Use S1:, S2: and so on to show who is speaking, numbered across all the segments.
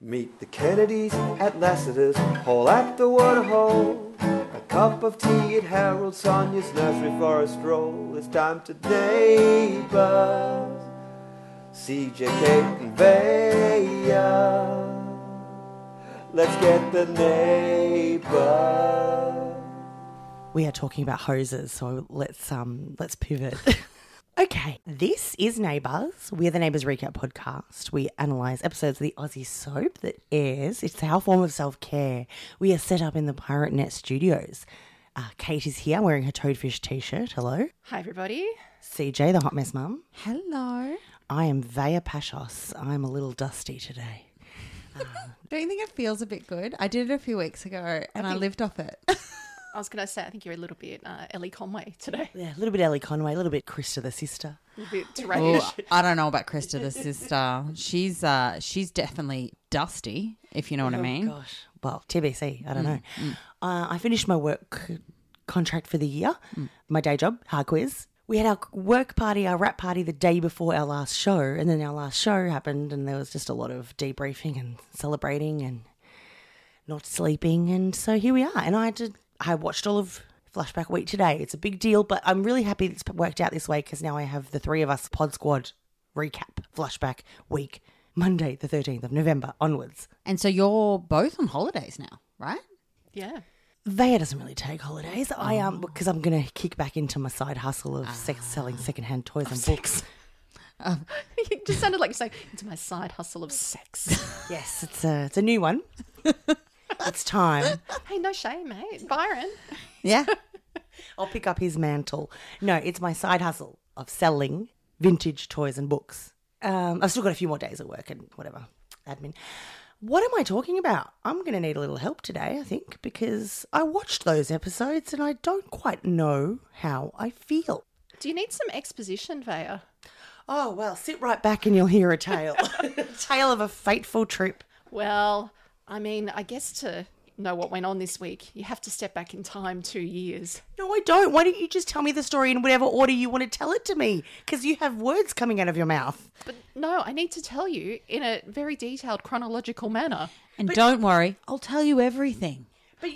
S1: Meet the Kennedys at Lassiter's Hall at the Waterhole. A cup of tea at Harold Sonia's nursery for a stroll. It's time to neighbors. CJ, Kate, and Vaya. Let's get the neighbors.
S2: We are talking about hoses, so let's um let's pivot. okay, this is Neighbours. We're the Neighbours Recap podcast. We analyse episodes of the Aussie soap that airs. It's our form of self care. We are set up in the Pirate Net Studios. Uh, Kate is here wearing her Toadfish t-shirt. Hello,
S3: Hi, everybody.
S2: CJ, the hot mess mum.
S3: Hello.
S2: I am Vaya Pashos. I'm a little dusty today.
S4: Don't you think it feels a bit good? I did it a few weeks ago and I lived off it.
S3: I was going to say, I think you're a little bit uh, Ellie Conway today.
S2: Yeah, a little bit Ellie Conway, a little bit Krista the sister.
S3: A little bit deranged.
S4: I don't know about Krista the sister. She's uh she's definitely dusty, if you know what I mean.
S2: Gosh, Mm. well, TBC, I don't know. Uh, I finished my work contract for the year, my day job, hard quiz. We had our work party, our wrap party the day before our last show, and then our last show happened, and there was just a lot of debriefing and celebrating and not sleeping. And so here we are. And I did, I watched all of Flashback Week today. It's a big deal, but I'm really happy it's worked out this way because now I have the three of us pod squad recap Flashback Week Monday, the 13th of November onwards.
S4: And so you're both on holidays now, right?
S3: yeah.
S2: Vaya doesn't really take holidays. I um because I'm gonna kick back into my side hustle of sex selling secondhand toys and books.
S3: it just sounded like you're saying, it's my side hustle of sex.
S2: Yes, it's a it's a new one. it's time.
S3: hey, no shame, mate. Byron.
S4: Yeah.
S2: I'll pick up his mantle. No, it's my side hustle of selling vintage toys and books. Um, I've still got a few more days of work and whatever admin. What am I talking about? I'm going to need a little help today, I think, because I watched those episodes and I don't quite know how I feel.
S3: Do you need some exposition, Vaya?
S2: Oh, well, sit right back and you'll hear a tale. a tale of a fateful trip.
S3: Well, I mean, I guess to know what went on this week, you have to step back in time two years.
S2: No, I don't. Why don't you just tell me the story in whatever order you want to tell it to me? Because you have words coming out of your mouth.
S3: But no, I need to tell you in a very detailed chronological manner.
S4: And don't worry, I'll tell you everything.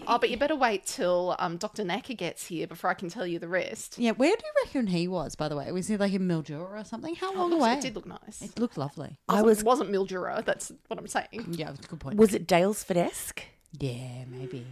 S3: Oh, but you better wait till um, Dr. Naka gets here before I can tell you the rest.
S4: Yeah, where do you reckon he was, by the way? Was he like in Mildura or something? How long away?
S3: It did look nice.
S4: It looked lovely.
S2: I was.
S3: wasn't Mildura. That's what I'm saying.
S4: Yeah, that's a good point.
S2: Was it Dalesford esque?
S4: yeah, maybe.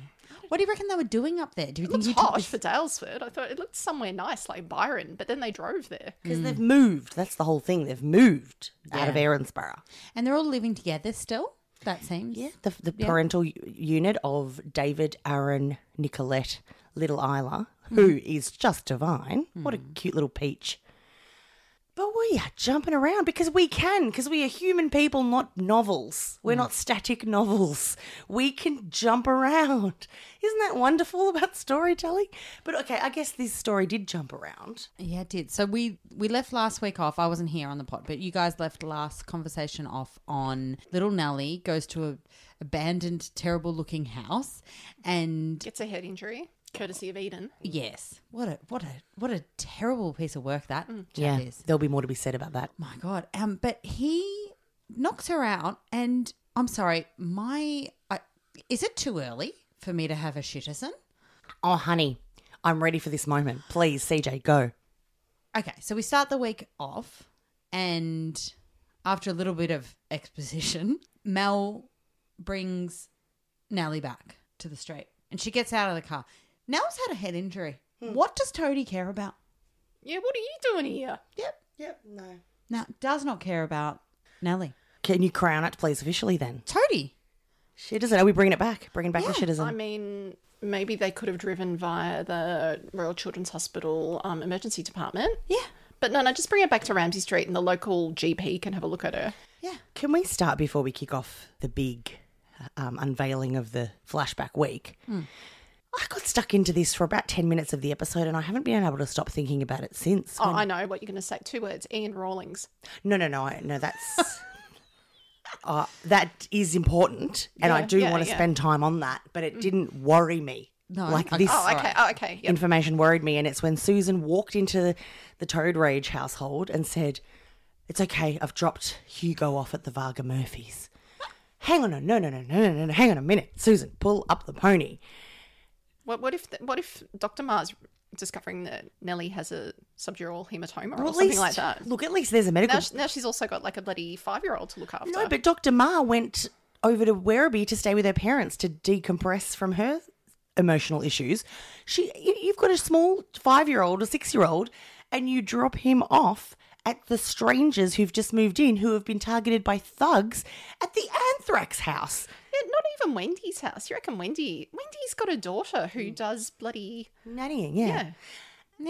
S4: What do you reckon they were doing up there? Do you
S3: It
S4: think
S3: was
S4: you took
S3: harsh
S4: this-
S3: for Dalesford. I thought it looked somewhere nice, like Byron, but then they drove there.
S2: Because they've moved. That's the whole thing. They've moved out of
S4: Yeah.
S2: Erinsborough.
S4: And they're all living together still? That seems. Yeah.
S2: The, the parental u- unit of David, Aaron, Nicolette, little Isla, who is just divine. What a cute little peach. But we are jumping around because we can, because we are human people, not novels. We're not static novels. We can jump around. Isn't that wonderful about storytelling? But okay, I guess this story did jump around.
S4: Yeah, it did. So we we left last week off. I wasn't here on the pod, but you guys left last conversation off on little Nellie goes to a abandoned, terrible looking house, and
S3: Gets a head injury, courtesy of Eden.
S4: yes, what a what a what a terrible piece of work that chap is.
S2: There'll be more to be said about that.
S4: My God. Um, but he knocks her out, and I'm sorry. My I, is it too early for me to have a shitterson?
S2: Oh, honey, I'm ready for this moment. Please, CJ, go.
S4: Okay, so we start the week off, and after a little bit of exposition, Mel brings Nellie back to the street and she gets out of the car. Nell's had a head injury.
S2: Hmm.
S4: What does Toadie care about?
S3: Yeah, what are you doing here?
S4: Yep.
S2: Yep, no.
S4: No, does not care about Nellie.
S2: Can you crown it, please, officially then?
S4: Toadie.
S2: Shitizen. Are we bringing it back? Bringing back the
S3: I
S2: shitizen.
S3: mean, maybe they could have driven via the Royal Children's Hospital um, emergency department.
S4: Yeah.
S3: But no, no, just bring her back to Ramsey Street and the local GP can have a look at her.
S4: Yeah.
S2: Can we start before we kick off the big um, unveiling of the flashback week?
S3: Hmm.
S2: I got stuck into this for about 10 minutes of the episode and I haven't been able to stop thinking about it since.
S3: Oh, I know what you're going to say. Two words Ian Rawlings.
S2: No, no, no. I, no, that's. Uh, that is important, and I
S3: Yeah,
S2: do
S3: yeah,
S2: want to
S3: yeah. Mm.
S2: spend time on that, but it didn't worry me
S4: No,
S2: like
S4: I-
S2: this
S3: Oh, okay.
S4: Alright.
S3: Oh, okay. Yep.
S2: information worried me. And it's when Susan walked into the, the Toad Rage household and said, It's okay, I've dropped Hugo off at the Varga Murphys. hang on, no, no, no, no, no, no, no, hang on a minute, Susan, pull up the pony.
S3: What, what if the, what if Dr. Mars discovering that Nellie has a subdural hematoma or
S2: Well, at
S3: something
S2: least,
S3: like that?
S2: Look, at least there's a
S3: Now,
S2: medical.
S3: sh- now she's also got like a bloody five year old to look after.
S2: no, but Dr. Ma went over to Werribee to stay with her parents to decompress from her emotional issues. She, you- you've got a small five-year-old or six-year-old, and you drop him off at the strangers who've just moved in, who have been targeted by thugs at the Anthrax house.
S3: Yeah, not even Wendy's house. You reckon Wendy? Wendy's got a daughter who does bloody
S2: Nannying, Mm. yeah.
S3: yeah.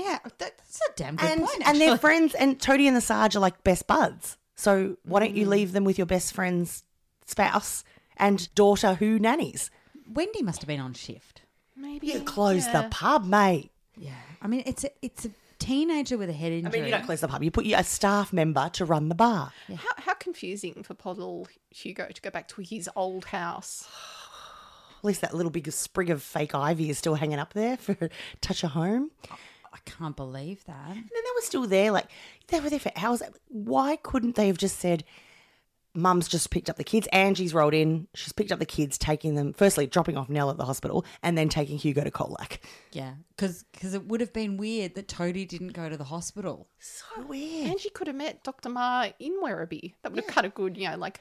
S4: Yeah, that- that's a damn good
S2: and
S4: point.
S2: and their
S4: actually.
S2: friends and Toadie and the Sarge are like best buds. So why don't you leave them with your best friend's spouse and daughter who nannies?
S4: Wendy must have been on shift.
S3: Maybe
S2: You close
S3: yeah.
S2: the pub, mate.
S4: Yeah, I mean it's a, it's a teenager with a head
S2: I
S4: injury.
S2: mean, you don't close the pub. You put a staff member to run the bar.
S3: How, how confusing for poor little Hugo to go back to his old house.
S2: At least that little big sprig of fake ivy is still hanging up there for a touch of home.
S4: I can't believe that.
S2: And then they were still there, like they were there for hours. Why couldn't they have just said, Mum's just picked up the kids. Angie's rolled in. She's picked up the kids, taking them, firstly, dropping off Nell at the hospital and then taking Hugo to Colac.
S4: Yeah, because it would have been weird that Toadie didn't go to the hospital.
S2: So weird.
S3: Angie could have met Dr. Ma in Werribee. That would have cut a good, you know, like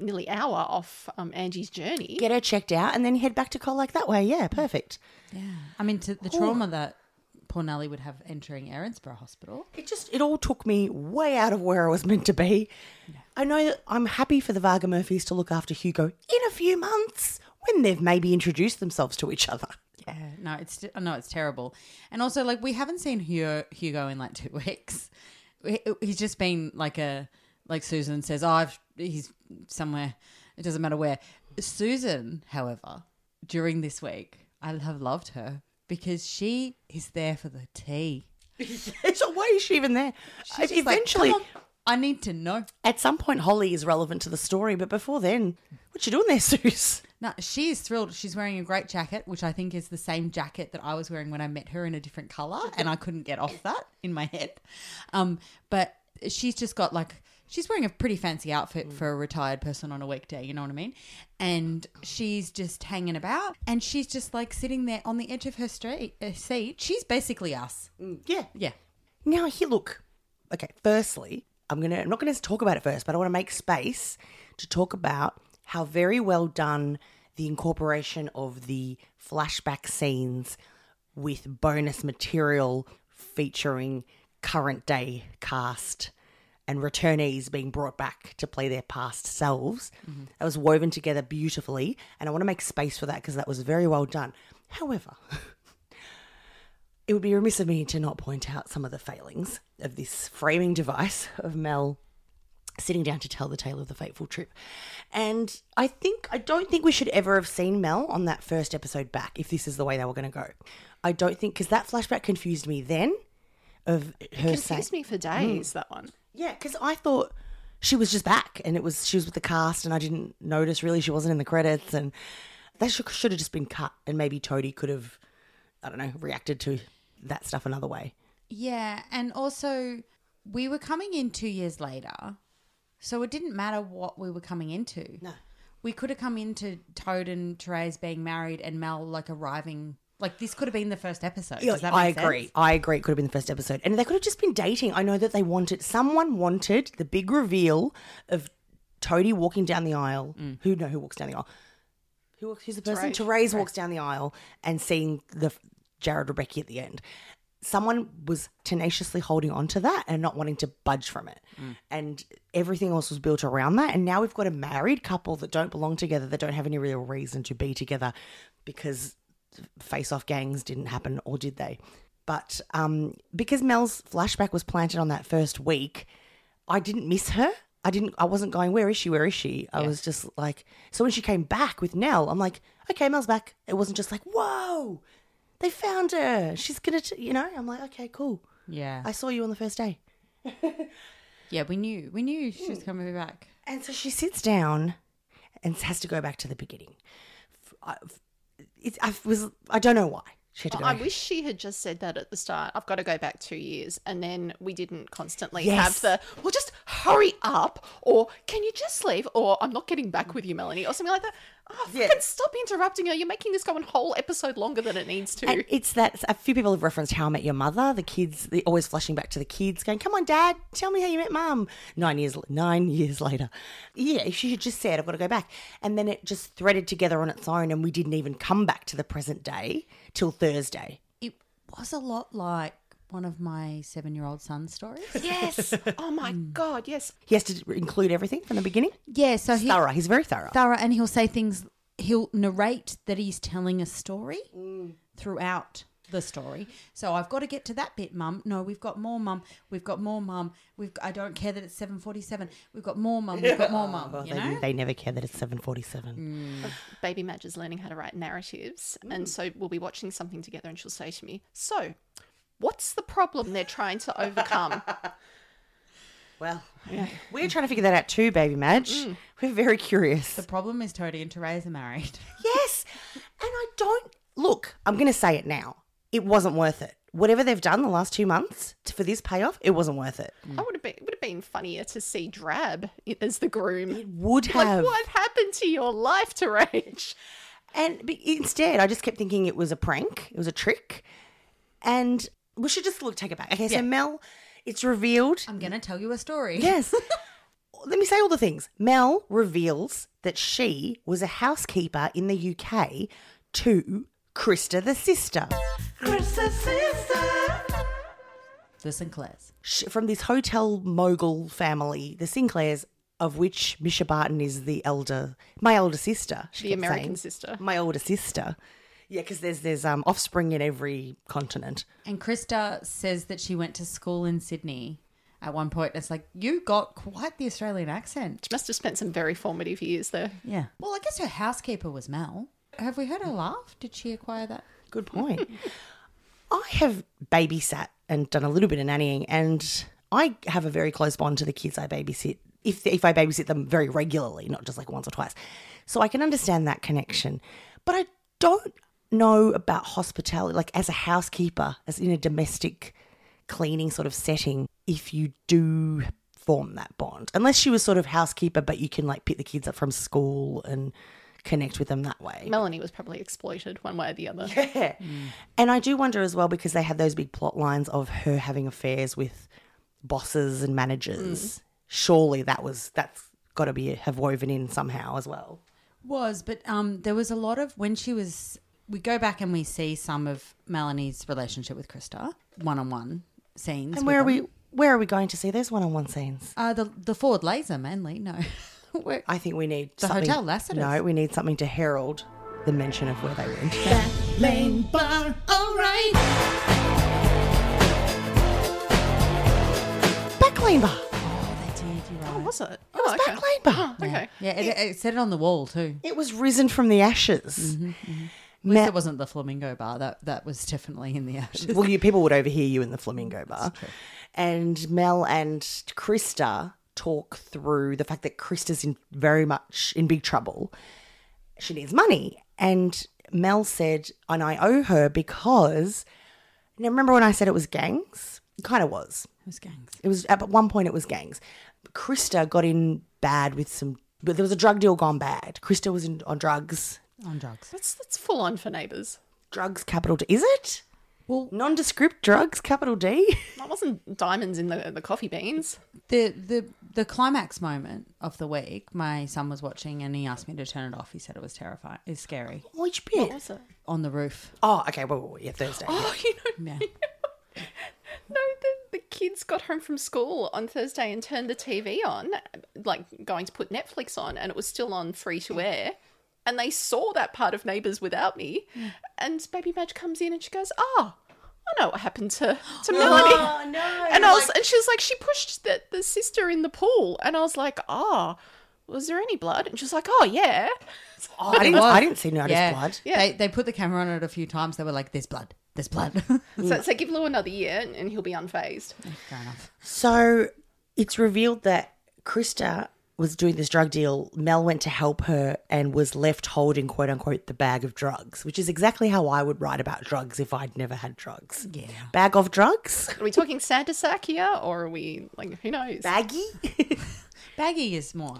S3: nearly hour off um, Angie's journey.
S2: Get her checked out and then head back to Colac that way. Yeah, perfect.
S4: Yeah, I mean to the trauma that poor Nelly would have entering Erinsborough Hospital.
S2: It just, it all took me way out of where I was meant to be. I know that I'm happy for the Varga Murphys to look after Hugo in a few months when they've maybe introduced themselves to each other.
S4: Yeah, Uh, no, it's no, it's terrible. And also, like, we haven't seen Hugo, Hugo in like two weeks. He- He's just been like a like Susan says. Oh, I've, he's somewhere. It doesn't matter where. Susan, however, during this week, I have loved her because she is there for the tea.
S2: so why is she even there?
S4: She's just like,
S2: Eventually,
S4: "Come on, I need to know.
S2: at some point, Holly is relevant to the story, but before then, what you doing there, Suze?
S4: No, she is thrilled. She's wearing a great jacket, which I think is the same jacket that I was wearing when I met her in a different color, and I couldn't get off that in my head. Um, but she's just got like she's wearing a pretty fancy outfit for a retired person on a weekday. You know what I mean? And she's just hanging about, and she's just like sitting there on the edge of her street uh, seat. She's basically us.
S2: Yeah.
S4: Yeah.
S2: Now here, look. Okay, firstly, I'm gonna I'm not gonna talk about it first, but I want to make space to talk about how very well done the incorporation of the flashback scenes with bonus material featuring current day cast and returnees being brought back to play their past selves. That was woven together beautifully, and I want to make space for that because that was very well done. However, it would be remiss of me to not point out some of the failings of this framing device of Mel sitting down to tell the tale of the fateful trip. And I think, I don't think we should ever have seen Mel on that first episode back if this is the way they were going to go. I don't think, because that flashback confused me then of her saying.
S3: Confused me for days, that one.
S2: Yeah, because I thought she was just back, and it was she was with the cast, and I didn't notice really she wasn't in the credits, and that should, should have just been cut, and maybe Toadie could have, I don't know, reacted to that stuff another way.
S4: Yeah, and also we were coming in two years later, so it didn't matter what we were coming into. No, we could have come into Toad and Therese being married and Mel like arriving. Like this could have been the first episode. Does that make
S2: I agree.
S4: sense?
S2: I agree. It could have been the first episode, and they could have just been dating. I know that they wanted someone wanted the big reveal of Toadie walking down the aisle.
S4: Mm.
S2: Who know who walks down the aisle? Who walks? Who's the person? Therese, walks down the aisle and seeing the Jared Rebecca at the end. Someone was tenaciously holding on to that and not wanting to budge from it.
S4: Mm.
S2: And everything else was built around that. And now we've got a married couple that don't belong together, that don't have any real reason to be together because face off gangs didn't happen, or did they? But um, because Mel's flashback was planted on that first week, I didn't miss her. I didn't. I wasn't going. Where is she? Where is she? I was just like. So when she came back with Nell, I'm like, okay, Mel's back. It wasn't just like, whoa, they found her. She's gonna, t-, you know. I'm like, okay, cool.
S4: Yeah,
S2: I saw you on the first day.
S4: yeah. We knew. We knew she
S2: Hmm.
S4: was coming back.
S2: And so she sits down and has to go back to the beginning. F- I, f- it, I was I don't know why. She had to
S3: Well,
S2: go.
S3: I wish she had just said that at the start. I've got to go back two years, and then we didn't constantly
S2: Yes.
S3: have the well, just hurry up, or can you just leave, or I'm not getting back with you, Melanie, or something like that. Oh,
S2: Yeah.
S3: fucking stop interrupting her. You're making this go a whole episode longer than it needs to.
S2: And it's that a few people have referenced How I Met Your Mother. The kids, they're always flashing back to the kids, going, "Come on, Dad, tell me how you met Mum." Nine years, nine years later. Yeah, if she had just said, "I've got to go back," and then it just threaded together on its own, and we didn't even come back to the present day till Thursday.
S4: It was a lot like one of my seven year old son's stories.
S2: Yes, Mm.
S3: oh my god, yes.
S2: he has to include everything from the beginning.
S4: yeah, so he,
S2: Thorough. He's very thorough.
S4: thorough and he'll say things he'll narrate that he's telling a story throughout the story so i've got to get to that bit mum no we've got more mum we've got more mum we've i don't care that it's 747 we've got more mum we've got more mum
S2: Well,
S4: you
S2: they,
S4: know?
S2: they never care that it's seven forty-seven.
S3: Baby Madge is learning how to write narratives,
S2: Mm.
S3: and so we'll be watching something together, and she'll say to me, "So, what's the problem they're trying to overcome?"
S2: Well, we're trying to figure that out too, baby Madge. We're very curious.
S4: the problem is Tody and Therese are married
S2: Yes. And I don't look, I'm going to say it now. It wasn't worth it. Whatever they've done the last two months t- for this payoff, it wasn't worth it.
S3: I would have been it would have been funnier to see Drab as the groom.
S2: It would
S3: Like,
S2: have.
S3: what happened to your life, Terage?
S2: And but instead, I just kept thinking it was a prank, it was a trick. And we should just look, take it back. Okay, so Mel, it's revealed.
S4: i'm gonna tell you a story
S2: Yes. Let me say all the things. Mel reveals that she was a housekeeper in the UK to Krista the sister. Krista sister.
S4: the sinclairs
S2: sh- from this hotel mogul family, the Sinclairs, of which Misha Barton is the elder, my elder sister. she
S3: The
S2: kept
S3: American
S2: saying.
S3: sister.
S2: My older sister. Yeah, because there's there's um, offspring in every continent.
S4: and krista says that she went to school in sydney at one point it's like you got quite the australian accent
S3: Must have spent some very formative years there.
S4: Yeah. Well, I guess her housekeeper was Mel. Have we heard her laugh? Did she acquire that?
S2: Good point. I have babysat and done a little bit of nannying, and I have a very close bond to the kids I babysit. If if I babysit them very regularly, not just like once or twice, so I can understand that connection. But I don't know about hospitality, like as a housekeeper, as in a domestic cleaning sort of setting, if you do form that bond, unless she was sort of housekeeper, but you can like pick the kids up from school and connect with them that way.
S3: Melanie was probably exploited one way or the other.
S2: Yeah. And I do wonder as well because they had those big plot lines of her having affairs with bosses and managers. Surely that was that's got to be have woven in somehow as well.
S4: Was, but um, there was a lot of when she was. We go back and we see some of Melanie's relationship with Krista, one-on-one scenes.
S2: And
S4: with
S2: where are
S4: them.
S2: we where are we going to see those one-on-one scenes?
S4: Uh, the the Ford Laser, mainly. No, Where-
S2: I think we need
S4: The
S2: something-
S4: Hotel Lassiter's.
S2: No, we need something to herald the mention of where they went.
S5: Lane bar, alright.
S2: Backlane bar.
S4: they did. You're right.
S3: What was it?
S2: It was
S3: Oh, okay.
S2: Backlane bar.
S3: Okay.
S4: yeah, it, it said it on the wall too.
S2: It was risen from the ashes. Ma-
S4: It wasn't the Flamingo Bar. That that was definitely in the ashes.
S2: well, you, people would overhear you in the flamingo bar. And Mel and Krista talk through the fact that Krista's in very much in big trouble. She needs money. And Mel said, and I owe her because now remember when I said it was gangs? It kind of was.
S4: Those gangs.
S2: It was at one point it was gangs. Krista got in bad with some but there was a drug deal gone bad. Krista was in, on drugs.
S4: on drugs.
S3: That's, that's full on for neighbours.
S2: Drugs capital D. Is it?
S4: Well,
S2: Nondescript drugs capital D?
S3: That wasn't diamonds in the, the coffee beans.
S4: the the the climax moment of the week. My son was watching and he asked me to turn it off. He said it was terrifying. It's scary.
S2: Which bit?
S3: Was it?
S4: on the roof.
S2: Oh, okay. Well, well, well, yeah, Thursday.
S3: Oh, you know,
S4: Yeah.
S3: no, the, the kids got home from school on Thursday and turned the TV on, like going to put Netflix on, and it was still on free to air. And they saw that part of Neighbours without me. And Baby Madge comes in and she goes, Oh, I know what happened to, to Melanie.
S2: no.
S3: and I was, and she was like, she pushed the, the sister in the pool, and I was like, oh, was there any blood? And she was like, oh yeah.
S2: Oh, I didn't, I didn't see notice
S4: yeah.
S2: blood.
S4: Yeah. They, they put the camera on it a few times. They were like, there's blood. There's blood. Fair
S3: So, so give Lou another year, and, and he'll be unfazed.
S4: enough.
S2: So it's revealed that Krista was doing this drug deal, Mel went to help her and was left holding, quote unquote, the bag of drugs, which is exactly how I would write about drugs if I'd never had drugs. Yeah. Bag of drugs?
S3: Are we talking Santa sack here, or are we like who knows?
S2: Baggy?
S4: Baggy is more.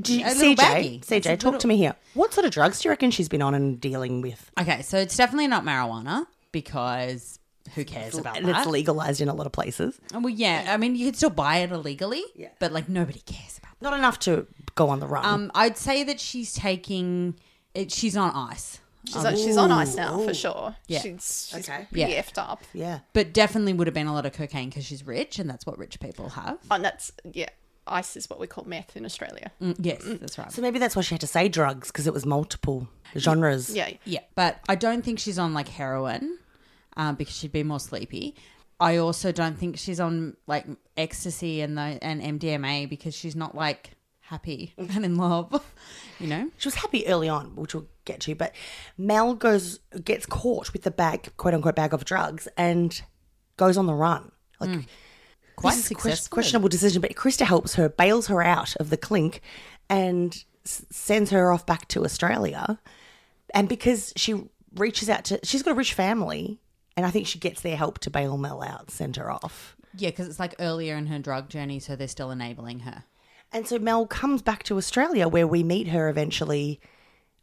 S2: Do you,
S4: A little
S2: CJ,
S4: baggy.
S2: CJ,
S4: It's a
S2: talk to me here. What sort of drugs do you reckon she's been on and dealing with?
S4: Okay, so it's definitely not marijuana because who cares about
S2: and
S4: that?
S2: it's legalized in a lot of places.
S4: well, yeah, I mean, you could still buy it illegally, but like nobody cares about
S2: Not enough to go on the run.
S4: that. Um, I'd say that she's taking it, she's on ice,
S3: She's, on, she's on ice now for sure.
S4: Yeah.
S3: She's, she's
S2: Okay.
S3: pretty
S4: Yeah.
S3: effed up.
S2: yeah.
S4: but definitely would have been a lot of cocaine because she's rich and that's what rich people have.
S3: Oh, And that's yeah, ice is what we call meth in Australia.
S4: Mm, yes, that's right.
S2: So maybe that's why she had to say drugs because it was multiple genres.
S3: Yeah.
S4: Yeah, but I don't think she's on like heroin um, because she'd be more sleepy. I also don't think she's on like ecstasy and the, and MDMA because she's not like happy and in love, you know.
S2: She was happy early on, which we'll get to, but Mel goes gets caught with the bag, quote unquote, bag of drugs, and goes on the run. Like
S4: Hmm, Quite
S2: this is a ques-
S4: successful.
S2: questionable decision, but Krista helps her, bails her out of the clink, and s- sends her off back to Australia. And because she reaches out to, she's got a rich family, and I think she gets their help to bail Mel out, send her off.
S4: Yeah, because it's like earlier in her drug journey, so they're still enabling her.
S2: And so Mel comes back to Australia where we meet her eventually,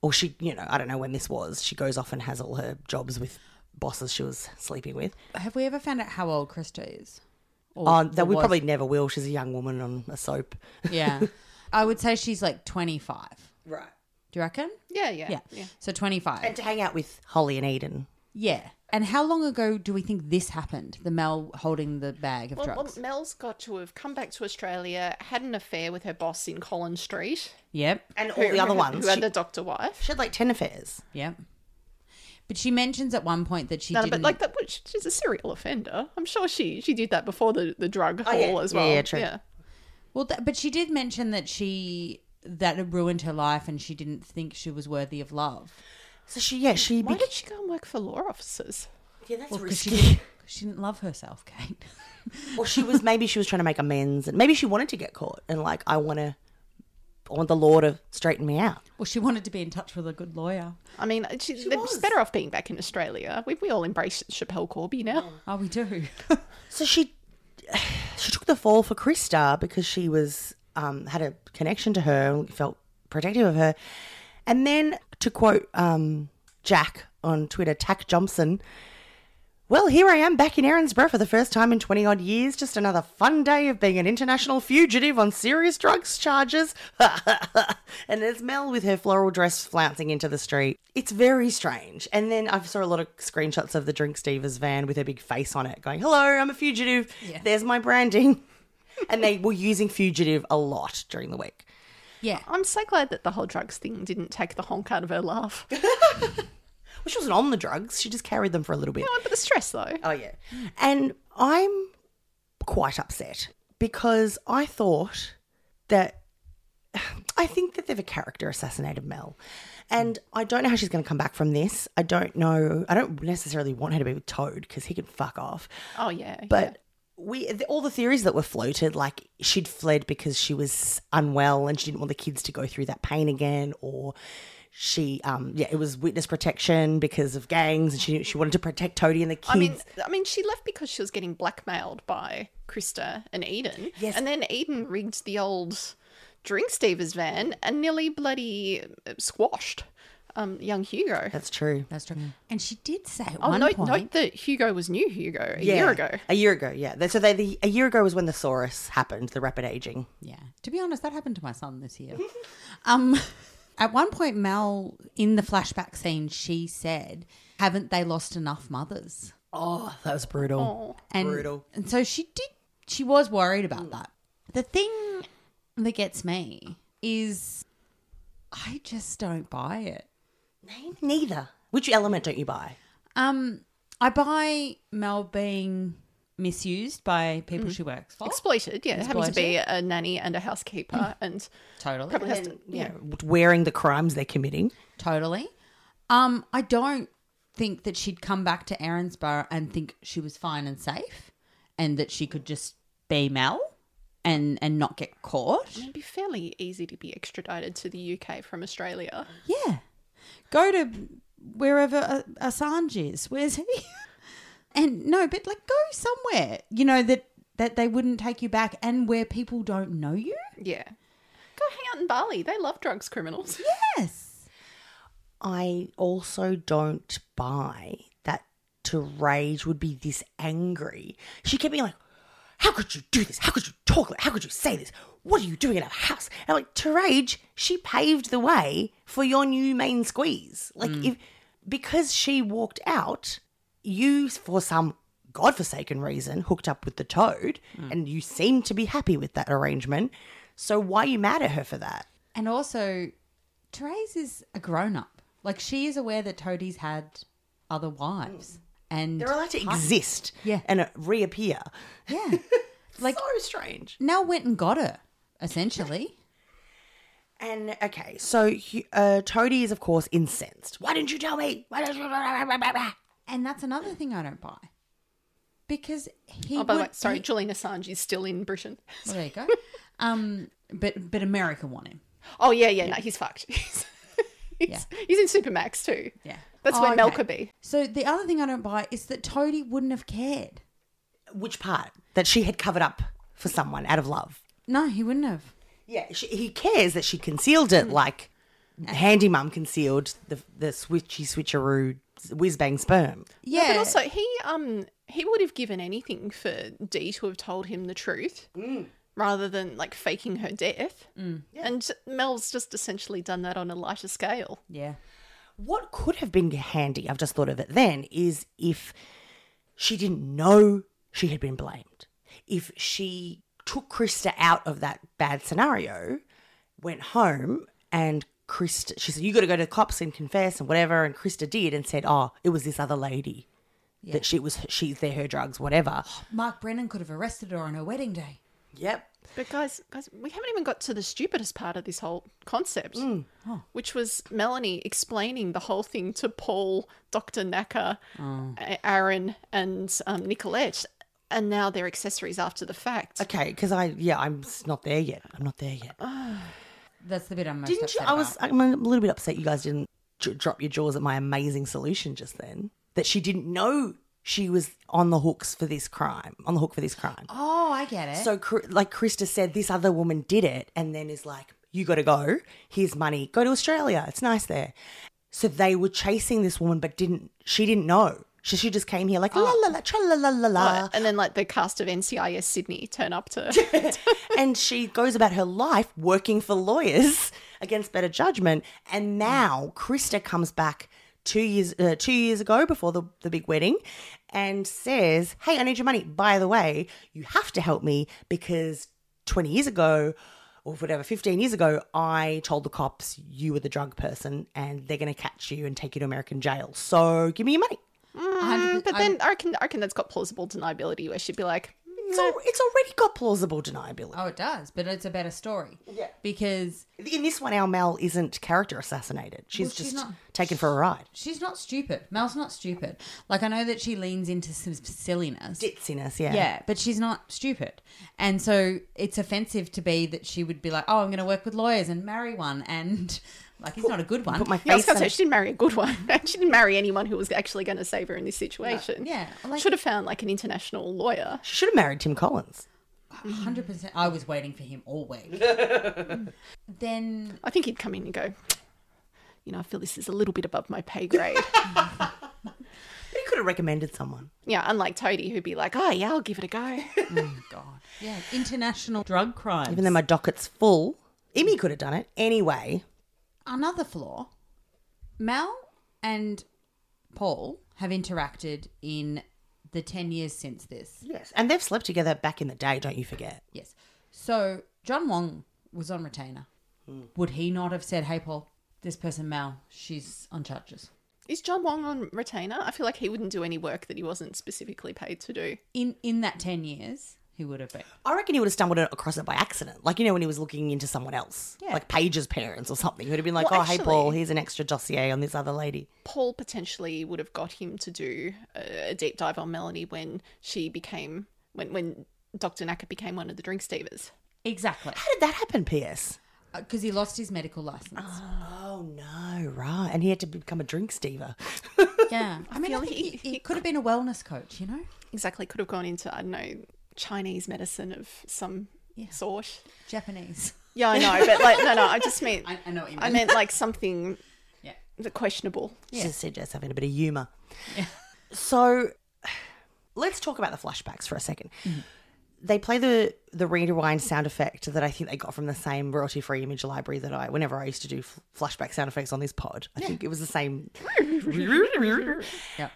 S2: or she, you know, I don't know when this was. She goes off and has all her jobs with bosses she was sleeping with.
S4: Have we ever found out how old Krista is? Or,
S2: Uh, that
S4: or
S2: we
S4: was?
S2: probably never will. She's a young woman on a soap.
S4: yeah. I would say she's like twenty five.
S2: Right.
S4: Do you reckon?
S3: Yeah, yeah,
S4: Yeah.
S3: yeah.
S4: So twenty five.
S2: And to hang out with Holly and Eden.
S4: Yeah. And how long ago do we think this happened? The Mel holding the bag of
S3: Well,
S4: drugs.
S3: well, Mel's got to have come back to Australia, had an affair with her boss in Collins Street,
S4: Yep.
S2: And all the other
S3: who-
S2: ones.
S3: who had
S2: She,
S3: the doctor wife.
S2: she had like 10 affairs.
S4: Yep. But she mentions at one point that she
S3: No,
S4: didn't.
S3: but like that, but she- she's a serial offender. I'm sure she she did that before the the drug haul
S2: Oh, yeah.
S3: as
S2: Yeah,
S3: well.
S2: yeah, true.
S4: well, th- but she did mention that she that it ruined her life, and she didn't think she was worthy of love.
S2: So she, yeah, she.
S3: Why
S2: bec-
S3: did she go and work for law officers?
S2: yeah, that's
S4: Because she,
S2: risky.
S4: didn't- 'cause she didn't love herself, Kate.
S2: or she was, maybe she was trying to make amends. And maybe she wanted to get caught and like, I want to, I want the law to straighten me out.
S4: well, she wanted to be in touch with a good lawyer.
S3: I mean, uh, she, she's better off being back in Australia. We, we all embrace Chappelle Corby now.
S4: Oh, we do.
S2: So she she took the fall for Krista because she was um, had a connection to her and felt protective of her. And then to quote um, Jack on Twitter, Tack Johnson, well, here I am back in Erinsborough for the first time in 20 odd years. Just another fun day of being an international fugitive on serious drugs charges. and there's Mel with her floral dress flouncing into the street. It's very strange. And then I saw a lot of screenshots of the Drink Stevers van with her big face on it going, Hello, I'm a fugitive. There's my branding. and they were using fugitive a lot during the week.
S4: Yeah.
S3: I'm so glad that the whole drugs thing didn't take the honk out of her laugh.
S2: Well, she wasn't on the drugs, she just carried them for a little bit.
S3: but the stress though.
S2: Oh yeah. And I'm quite upset because I thought that I think that they've a character assassinated Mel. And I don't know how she's going to come back from this. I don't know. I don't necessarily want her to be with Toad because he can fuck off.
S3: Oh yeah. yeah.
S2: But we th all the theories that were floated, like she'd fled because she was unwell and she didn't want the kids to go through that pain again, or she, um, yeah, it was witness protection because of gangs, and she she wanted to protect Toadie and the kids.
S3: I mean, I mean, she left because she was getting blackmailed by Krista and Eden.
S2: Yes.
S3: And then Eden rigged the old drink Stevers van and nearly bloody uh, squashed um, young Hugo.
S2: That's true.
S4: That's true. And she did say at
S3: Oh,
S4: one
S3: note,
S4: point.
S3: note that Hugo was new Hugo a year ago.
S2: A year ago, yeah. They- So they, the, a year ago was when the Saurus happened, the rapid aging.
S4: Yeah. To be honest, that happened to my son this year. um, at one point, Mel, in the flashback scene, she said, Haven't they lost enough mothers?
S2: Oh, that was brutal.
S3: Oh.
S4: and,
S2: Brutal.
S4: And so she did. She was worried about that. The thing that gets me is, I just don't buy it.
S2: Neither. Which element don't you buy?
S4: Um, I buy Mel being misused by
S3: Mm.
S4: people she works for.
S3: Exploited, yeah, having to be
S4: Exploited.
S3: a nanny and a housekeeper, and
S4: totally,
S3: probably has to,
S2: Yeah. Wearing the crimes they're committing.
S4: totally. Um, I don't think that she'd come back to Erinsborough and think she was fine and safe, and that she could just be Mel. and and not get caught.
S3: It'd be fairly easy to be extradited to the UK from Australia.
S4: Yeah. Go to wherever uh, Assange is. Where's he? and no, but like go somewhere, you know, that that they wouldn't take you back and where people don't know you.
S3: Yeah. Go hang out in Bali. They love drugs criminals.
S4: Yes.
S2: I also don't buy that to rage would be this angry. She kept being like, How could you do this? How could you talk like How could you say this? What are you doing in our house? And like to rage, she paved the way for your new main squeeze. Like if because she walked out, you for some godforsaken reason hooked up with the toad and you seem to be happy with that arrangement. So why are you mad at her for that?
S4: And also, Therese is a grown up. Like she is aware that Toadie's had other wives. And
S2: They're allowed to exist
S4: Yeah.
S2: and uh, reappear.
S4: yeah. like
S2: so strange.
S4: Nell went and got her, essentially.
S2: And okay, so he- uh, Toadie is of course incensed. Why didn't you tell me? Why didn't you?
S4: And that's another thing I don't buy. Because he
S3: Oh, by the way,
S4: would-
S3: sorry,
S4: he-
S3: Julian Assange is still in Britain.
S4: Well, there you go. Um, but but America want him.
S3: Oh, yeah, yeah, no, he's fucked. He's, he's, he's in Supermax too.
S4: Yeah.
S3: That's
S4: Oh,
S3: where Mel
S4: okay.
S3: could be.
S4: So the other thing I don't buy is that Toadie wouldn't have cared.
S2: Which part that she had covered up for someone out of love?
S4: No, he wouldn't have.
S2: Yeah, Mm. she, he cares that she concealed it, like Handy Mum concealed the the switchy switcheroo whiz bang sperm.
S4: Yeah.
S3: But also, he um he would have given anything for Dee to have told him the truth rather than like faking her death.
S4: Mm.
S3: And Mel's just essentially done that on a lighter scale.
S4: yeah.
S2: What could have been handy, I've just thought of it then, is if she didn't know she had been blamed. If she took Krista out of that bad scenario, went home and Krista, she said, You got to go to the cops and confess and whatever. And Krista did and said, Oh, it was this other lady. That she was, she's there, her drugs, whatever.
S4: Mark Brennan could have arrested her on her wedding day.
S2: Yep.
S3: But guys, guys, we haven't even got to the stupidest part of this whole concept,
S4: Mm. Oh.
S3: which was Melanie explaining the whole thing to Paul, Doctor Naka,
S4: Oh.
S3: A- Aaron, and um, Nicolette, and now they're accessories after the fact.
S2: Okay, because I, yeah, I'm s- not there yet. I'm not there yet.
S4: That's the bit I'm most
S2: didn't you?
S4: upset
S2: I was,
S3: uh,
S4: about.
S2: I'm a little bit upset you guys didn't j- drop your jaws at my amazing solution just then. That she didn't know she was on the hooks for this crime, on the hook for this crime.
S4: Oh, I get it.
S2: So, Cr- like Krista said, this other woman did it and then is like, you got to go. Here's money. Go to Australia. It's nice there. So they were chasing this woman, but didn't, she didn't know. She, she just came here like, la la la, tra la la la la.
S3: Uh, and then like the cast of NCIS Sydney turn up to
S2: and she goes about her life working for lawyers against better judgment. And now Krista comes back two years uh, two years ago before the, the big wedding and says, "Hey, I need your money. By the way, you have to help me because twenty years ago." Or whatever, 15 years ago, I told the cops you were the drug person and they're going to catch you and take you to American jail. So give me your money.
S4: I'm-
S3: But
S4: I'm-
S3: then I reckon, I reckon that's got plausible deniability where she'd be like,
S2: It's, al- it's already got plausible deniability.
S4: oh, it does, but it's a better story. Yeah. Because
S2: In this one, our Mel isn't character assassinated. She's
S4: Well, she's
S2: just
S4: not.
S2: taken for a ride.
S4: she's not stupid. Mel's not stupid. Like I know that she leans into some silliness.
S2: Ditziness, yeah.
S4: Yeah, but she's not stupid. And so it's offensive to be that she would be like, oh, I'm going to work with lawyers and marry one. And like, he's not a good one.
S2: Put my face
S3: yeah, I was going
S2: on
S3: to say, she didn't marry a good one. she didn't marry anyone who was actually going to save her in this situation.
S4: yeah, like-
S3: Should have found like an international lawyer.
S2: She should have married Tim Collins.
S4: 100%. I was waiting for him all week. then,
S3: I think he'd come in and go, you know, I feel this is a little bit above my pay grade.
S2: But he could have recommended someone.
S3: yeah, unlike Toadie, who'd be like, oh, yeah, I'll give it a go.
S4: God. Yeah, international drug crimes.
S2: Oh Even though my docket's full, Emmy could have done it. Anyway,
S4: Another flaw Mel and Paul have interacted in the 10 years since this.
S2: yes. And they've slept together back in the day, don't you forget.
S4: Yes. So John Wong was on retainer. Would he not have said, hey, Paul, this person, Mel, she's on charges?
S3: is John Wong on retainer? I feel like he wouldn't do any work that he wasn't specifically paid to do.
S4: in in that 10 years he would have been
S2: I reckon he would have stumbled across it by accident. Like, you know, when he was looking into someone else,
S4: Yeah.
S2: like Paige's parents or something, who'd have been like,
S3: Well,
S2: oh, hey, Paul,
S3: actually-
S2: here's an extra dossier on this other lady.
S3: Paul potentially would have got him to do a a deep dive on Melanie when she became when when Dr. Naka became one of the drink stevers.
S4: Exactly.
S2: How did that happen, P.S.?
S4: Because he lost his medical license.
S2: Oh, no, right. And he had to become a drink stever.
S4: yeah. I mean, I
S3: feel
S4: think
S3: he-
S4: he, he could have been a wellness coach, you know?
S3: Exactly. Could have gone into, I don't know, Chinese medicine of some sort.
S4: Japanese.
S3: Yeah, I know. But like, no, no, I just meant,
S4: I, I know what you mean.
S3: I meant like something
S4: Yeah.
S3: the questionable.
S2: She just said just having a bit of humour. So let's talk about the flashbacks for a 2nd They play the the rewind sound effect that I think they got from the same royalty free image library that I, whenever I used to do f- flashback sound effects on this pod, I think it was the same.
S4: yeah.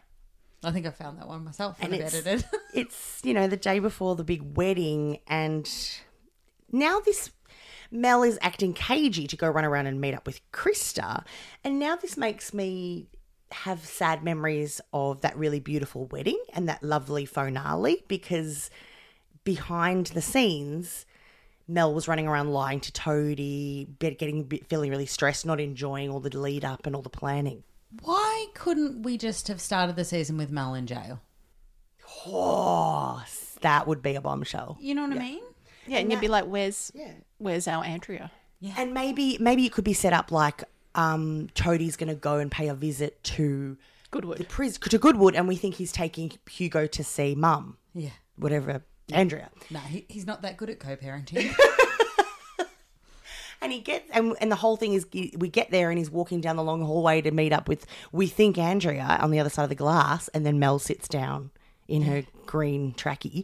S4: I think I found that one myself when
S2: And
S4: I've
S2: it's-
S4: edited.
S2: it's you know the day before the big wedding, and now this Mel is acting cagey to go run around and meet up with Krista, and now this makes me have sad memories of that really beautiful wedding and that lovely finale because behind the scenes. Mel was running around lying to Toadie, be- getting bit- feeling really stressed, not enjoying all the lead up and all the planning.
S4: Why couldn't we just have started the season with Mel in jail?
S2: Oh, that would be a bombshell.
S4: You know what I mean?
S3: Yeah, and, you'd be like, where's, where's our Andrea?
S2: And maybe maybe it could be set up like um, Toadie's going to go and pay a visit to the
S3: Goodwood.
S2: prison to Goodwood, and we think he's taking Hugo to see Mum,
S4: Yeah.
S2: whatever Andrea,
S4: No, he, he's not that good at co-parenting.
S2: and he gets and, and the whole thing is we get there and he's walking down the long hallway to meet up with we think Andrea on the other side of the glass, and then Mel sits down in her green trackie.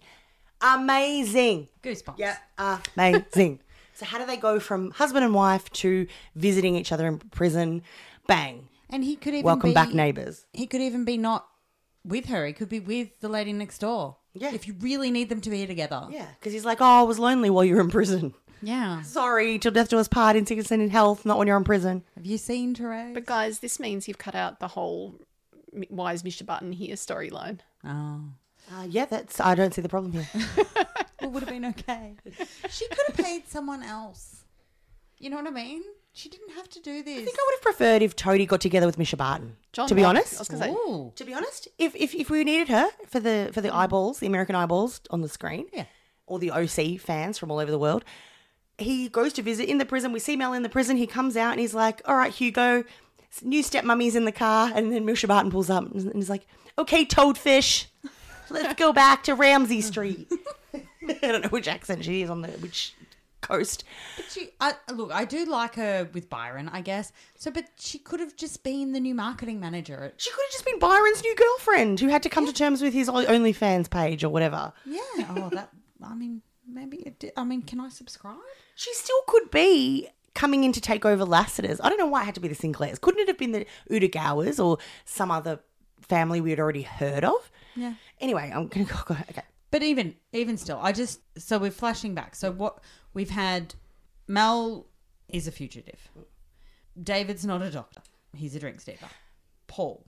S2: Amazing.
S4: Goosebumps.
S2: Yeah, amazing. so how do they go from husband and wife to visiting each other in prison? Bang.
S4: And he could even
S2: Welcome
S4: be,
S2: back, neighbours.
S4: He could even be not with her. He could be with the lady next door.
S2: Yeah.
S4: If you really need them to be together.
S2: Yeah, because he's like, oh, I was lonely while you were in prison.
S4: Yeah.
S2: Sorry, till death do us part in sickness and in health, not when you're in prison.
S4: Have you seen Therese?
S3: But guys, this means you've cut out the whole M- why is Mr. Button here storyline.
S4: oh.
S2: Uh, yeah, that's. I don't see the problem here.
S4: It would have been okay. she could have played someone else. You know what I mean? She didn't have to do this.
S2: I think I would have preferred if Toadie got together with Misha Barton.
S3: John
S2: to be
S3: Locke-
S2: honest,
S3: I was going to say,
S4: Ooh.
S2: to be honest, if, if if we needed her for the for the eyeballs, the American eyeballs on the screen,
S4: Yeah.
S2: all the OC fans from all over the world. He goes to visit in the prison. We see Mel in the prison. He comes out and he's like, "All right, Hugo, s- new stepmummy's in the car." And then Misha Barton pulls up and he's like, "Okay, Toadfish, let's go back to Ramsey Street." I don't know which accent she is on the which coast.
S4: But she, I, look, I do like her with Byron, I guess. So, but she could have just been the new marketing manager. At,
S2: She could have just been Byron's new girlfriend who had to come to terms with his OnlyFans page or whatever.
S4: yeah. Oh, that. I mean, maybe. It did, I mean, can I subscribe?
S2: She still could be coming in to take over Lassiter's. I don't know why it had to be the Sinclairs. Couldn't it have been the Udagowers or some other family we had already heard of?
S4: Yeah.
S2: Anyway, I'm going to go. Okay.
S4: But even even still, I just so we're flashing back. So what we've had, Mel is a fugitive. David's not a doctor. He's a drink stealer. Paul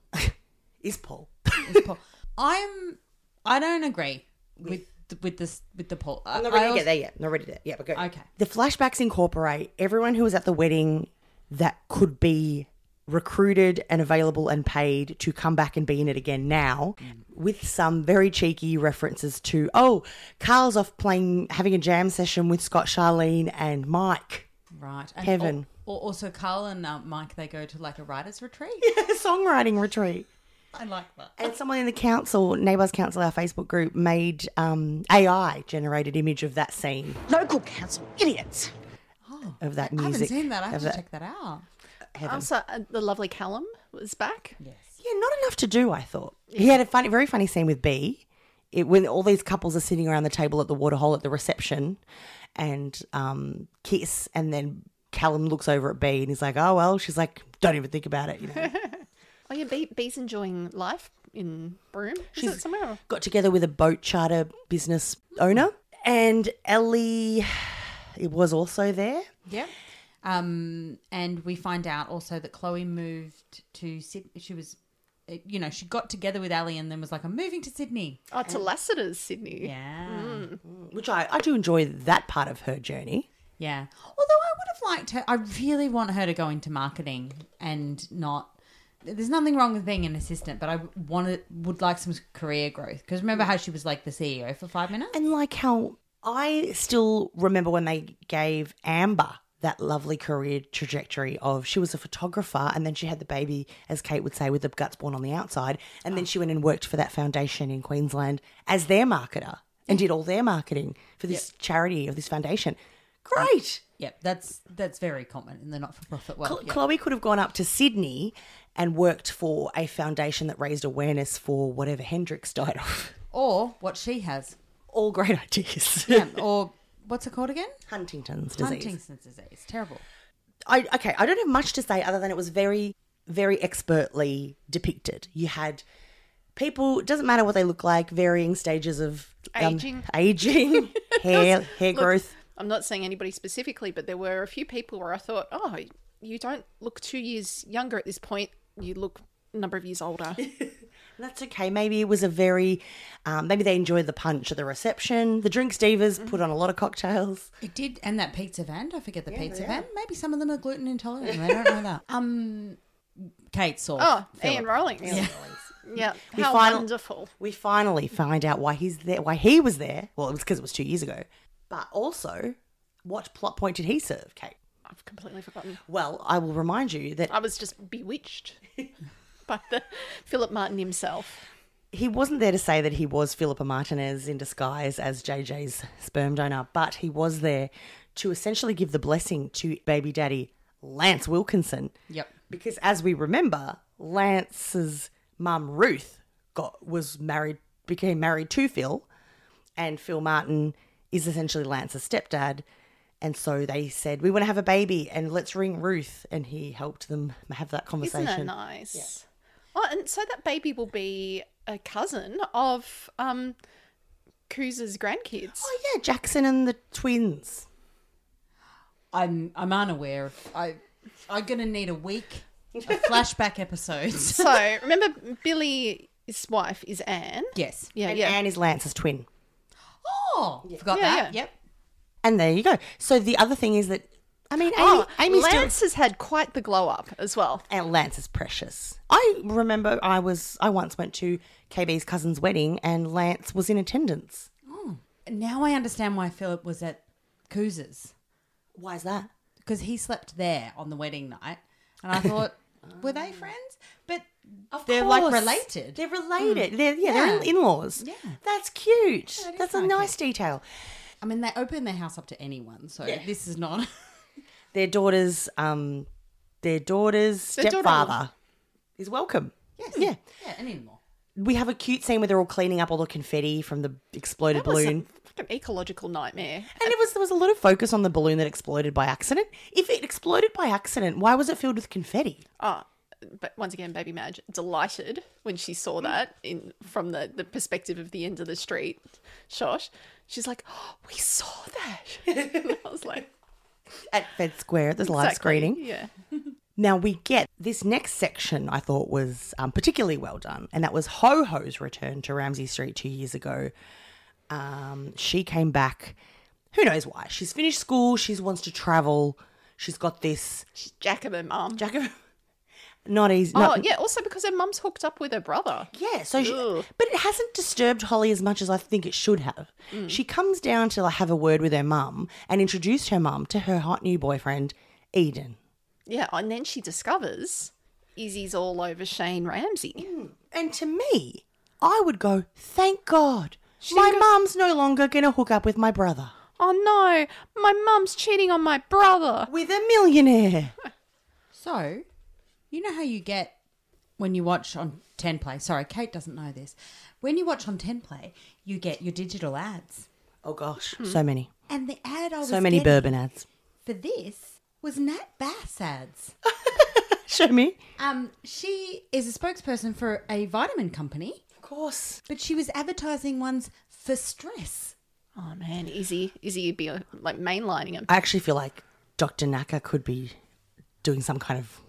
S2: Is Paul.
S4: is Paul. I'm. I don't agree with with this with the Paul.
S2: I'm not ready to get there yet. Not ready to. Yeah, but go.
S4: Okay.
S2: The flashbacks incorporate everyone who was at the wedding that could be recruited and available and paid to come back and be in it again now with some very cheeky references to oh Carl's off playing having a jam session with Scott Charlene and Mike
S4: Right. And
S2: Heaven.
S4: al- al- also, Carl and uh, Mike they go to like a writers' retreat.
S2: songwriting retreat.
S4: I like that.
S2: And someone in the council, Neighbours Council, our Facebook group, made um, AI generated image of that scene. Local council idiots. Of that
S4: Oh, I haven't
S2: music.
S4: seen that. I have
S2: of
S4: to
S2: that
S4: check that out.
S2: heaven.
S3: also, uh, the lovely Callum was back.
S2: Yeah, not enough to do. I thought he had a funny, very funny scene with B. It, when all these couples are sitting around the table at the waterhole at the reception, and um, kiss, and then Callum looks over at B and he's like, "Oh well," she's like, "Don't even think about it." You know,
S3: Oh, yeah, Bee, Bee's enjoying life in Broome. She's it somewhere?
S2: got together with a boat charter business owner, and Ellie, it was also there.
S4: Yeah. Um, and we find out also that Chloe moved to Sydney. She was, uh, you know, she got together with Ali and then was like, I'm moving to Sydney.
S3: Oh, to Lassiter's, Sydney.
S4: Yeah.
S2: Which I, I do enjoy that part of her journey.
S4: Yeah. Although I would have liked her, I really want her to go into marketing and not There's nothing wrong with being an assistant, but I wanted would like some career growth because remember how she was like the CEO for five minutes.
S2: And like how I still remember when they gave Amber that lovely career trajectory of she was a photographer and then she had the baby, as Kate would say, with the guts born on the outside. And then she went and worked for that foundation in Queensland as their marketer and did all their marketing for this charity of this foundation. Great.
S4: Yep, that's that's very common in the not-for-profit world.
S2: Chlo-
S4: yeah.
S2: Um, Chloe could have gone up to Sydney and worked for a foundation that raised awareness for whatever Hendrix died of.
S4: Or what she has,
S2: All great ideas.
S4: yeah, or what's it called again?
S2: Huntington's disease.
S4: Huntington's disease. Terrible.
S2: I okay, I don't have much to say other than it was very, very expertly depicted. You had people, it doesn't matter what they look like, varying stages of um,
S3: Aging.
S2: aging, hair, hair growth.
S3: I'm not saying anybody specifically, but there were a few people where I thought, oh, you don't look two years younger at this point. You look a number of years older.
S2: And That's okay. Maybe it was a very, um, maybe they enjoyed the punch of the reception. The drink stevers put on a lot of cocktails.
S4: It did, and that pizza van. Don't forget the pizza van. Maybe some of them are gluten intolerant. and They don't know that. Um, Kate saw.
S3: Oh,
S4: Philip.
S3: Ian Rawlings. Yeah.
S2: We
S3: How
S2: final-
S3: wonderful.
S2: We finally find out why he's there, why he was there. Well, it was because it was two years ago. But also, what plot point did he serve, Kate?
S3: I've completely forgotten.
S2: Well, I will remind you that
S3: I was just bewitched by the Philip Martin himself.
S2: he wasn't there to say that he was Philippa Martinez in disguise as JJ's sperm donor, but he was there to essentially give the blessing to baby daddy Lance Wilkinson.
S4: Yep.
S2: Because as we remember, Lance's mum Ruth got was married became married to Phil and Phil Martin is essentially Lance's stepdad. And so they said, We want to have a baby and let's ring Ruth and he helped them have that
S3: Isn't
S2: conversation.
S3: that nice? Oh, and so that baby will be a cousin of um, Kuz's grandkids.
S2: Oh yeah, Jackson and the twins.
S4: I'm I'm unaware. Of, I I'm gonna need a week of flashback episodes.
S3: So remember, Billy's wife is Anne.
S4: yes.
S3: Yeah,
S2: And
S3: yeah.
S2: Anne is Lance's twin.
S4: Oh, forgot
S3: Yeah,
S4: that.
S3: yeah.
S4: Yep.
S2: And there you go. So the other thing is that I mean, Amy,
S3: Oh,
S2: Amy's
S3: Lance
S2: still
S3: has had quite the glow up as well.
S2: and Lance is precious. I remember I was I once went to KB's cousin's wedding and Lance was in attendance.
S4: Now I understand why Philip was at Cooz's
S2: Why is that?
S4: because he slept there on the wedding night, and I thought, were they friends? But they're like
S2: course.
S4: related.
S2: They're related. They're yeah, they're
S4: Yeah.
S2: in laws.
S4: Yeah.
S2: That's cute.
S4: that is
S2: That's a
S4: kinda
S2: nice detail.
S4: I mean, they open their house up to anyone, so this is not.
S2: Their daughter's um their daughter's
S3: Their daughter-
S2: stepfather is welcome.
S4: yes.
S2: Yeah.
S4: Yeah, and anymore.
S2: We have a cute scene where they're all cleaning up all the confetti from the exploded
S3: That was
S2: balloon.
S3: a fucking ecological nightmare.
S2: And it was there was a lot of focus on the balloon that exploded by accident. If it exploded by accident, why was it filled with confetti?
S3: Oh, but once again, Baby Madge delighted when she saw that in from the, the perspective of the end of the street shot. She's like, oh, "We saw that." And I was like,
S2: At Fed Square, there's a live
S3: exactly,
S2: screening.
S3: Yeah,
S2: Now we get this next section. I thought was um, particularly well done, and that was Ho Ho's return to Ramsey Street two years ago. Um, she came back. Who knows why? She's finished school. She wants to travel. She's got this.
S3: she's Jack and her mum.
S2: Jack of- not easy.
S3: Oh,
S2: not-
S3: yeah. Also because her mum's hooked up with her brother.
S2: Yeah, so she,
S3: Ugh.
S2: but it hasn't disturbed Holly as much as I think it should have. She comes down to like, have a word with her mum and introduce her mum to her hot new boyfriend, Eden.
S3: Yeah, and then she discovers Izzy's all over Shane Ramsey.
S2: And to me, I would go, thank God, my mum's no longer going to hook up with my brother
S3: Oh no, my mum's cheating on my brother.
S2: with a millionaire.
S4: So, you know how you get when you watch on 10 Play? Sorry, Kate doesn't know this. When you watch on 10 Play, you get your digital ads.
S2: Oh gosh, so many,
S4: And the ad I was
S2: so many
S4: getting
S2: bourbon ads.
S4: for this was Nat Bass ads.
S2: Show me.
S4: Um, she is a spokesperson for a vitamin company,
S2: Of course.
S4: but she was advertising ones for stress.
S3: Oh man, Izzy, Izzy would be uh, like mainlining him.
S2: I actually feel like Dr. Naka could be doing some kind of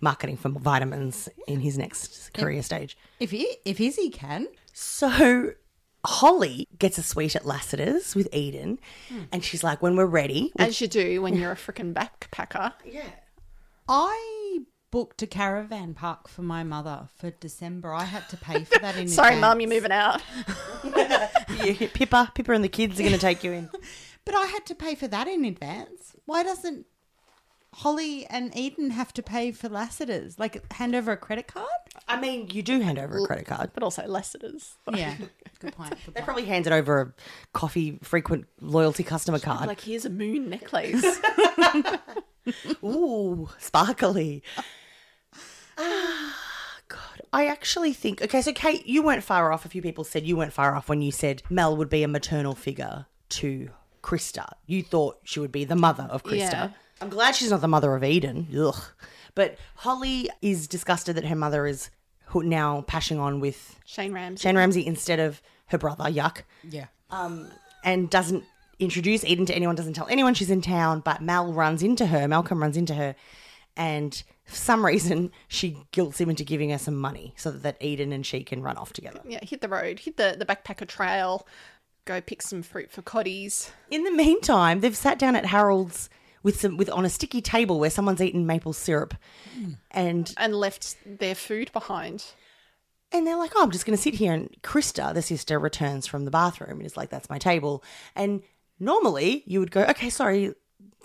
S2: marketing for vitamins in his next career stage.
S4: If he, if Izzy can,
S2: So Holly gets a suite at Lassiter's with Eden, and she's like, "When we're ready."
S3: As you do when you're a freaking backpacker.
S2: yeah.
S4: I booked a caravan park for my mother for December. I had to pay for that in
S3: Sorry,
S4: advance.
S3: mum, you're moving out.
S2: Yeah, Pippa, Pippa, and the kids are going to take you in.
S4: But I had to pay for that in advance. Why doesn't Holly and Eden have to pay for Lassiter's? Like hand over a credit card?
S2: I mean, you do hand over a credit card.
S3: But also Lassiter's.
S4: Yeah. Good point. Good
S2: They
S4: point.
S2: probably handed over a coffee frequent loyalty customer card.
S3: Like, here's a moon necklace.
S2: Ooh, sparkly. Ah, God. I actually think, okay, so Kate, you weren't far off. A few people said you weren't far off when you said Mel would be a maternal figure to Krista. You thought she would be the mother of Krista.
S3: Yeah.
S2: I'm glad she's not the mother of Eden. Ugh. But Holly is disgusted that her mother is ho- now pashing on with
S3: Shane Ramsey.
S2: Shane Ramsey instead of her brother, Yuck
S4: Yeah.
S2: and doesn't introduce Eden to anyone, doesn't tell anyone she's in town, but Mal runs into her, Malcolm runs into her, and for some reason she guilts him into giving her some money so that Eden and she can run off together.
S3: yeah, hit the road, hit the, the backpacker trail, go pick some fruit for coddies.
S2: In the meantime, they've sat down at Harold's with some with on a sticky table where someone's eaten maple syrup and
S3: and left their food behind.
S2: and they're like, Oh, I'm just gonna sit here and Krista, the sister, returns from the bathroom and is like, That's my table. And normally you would go, Okay, sorry,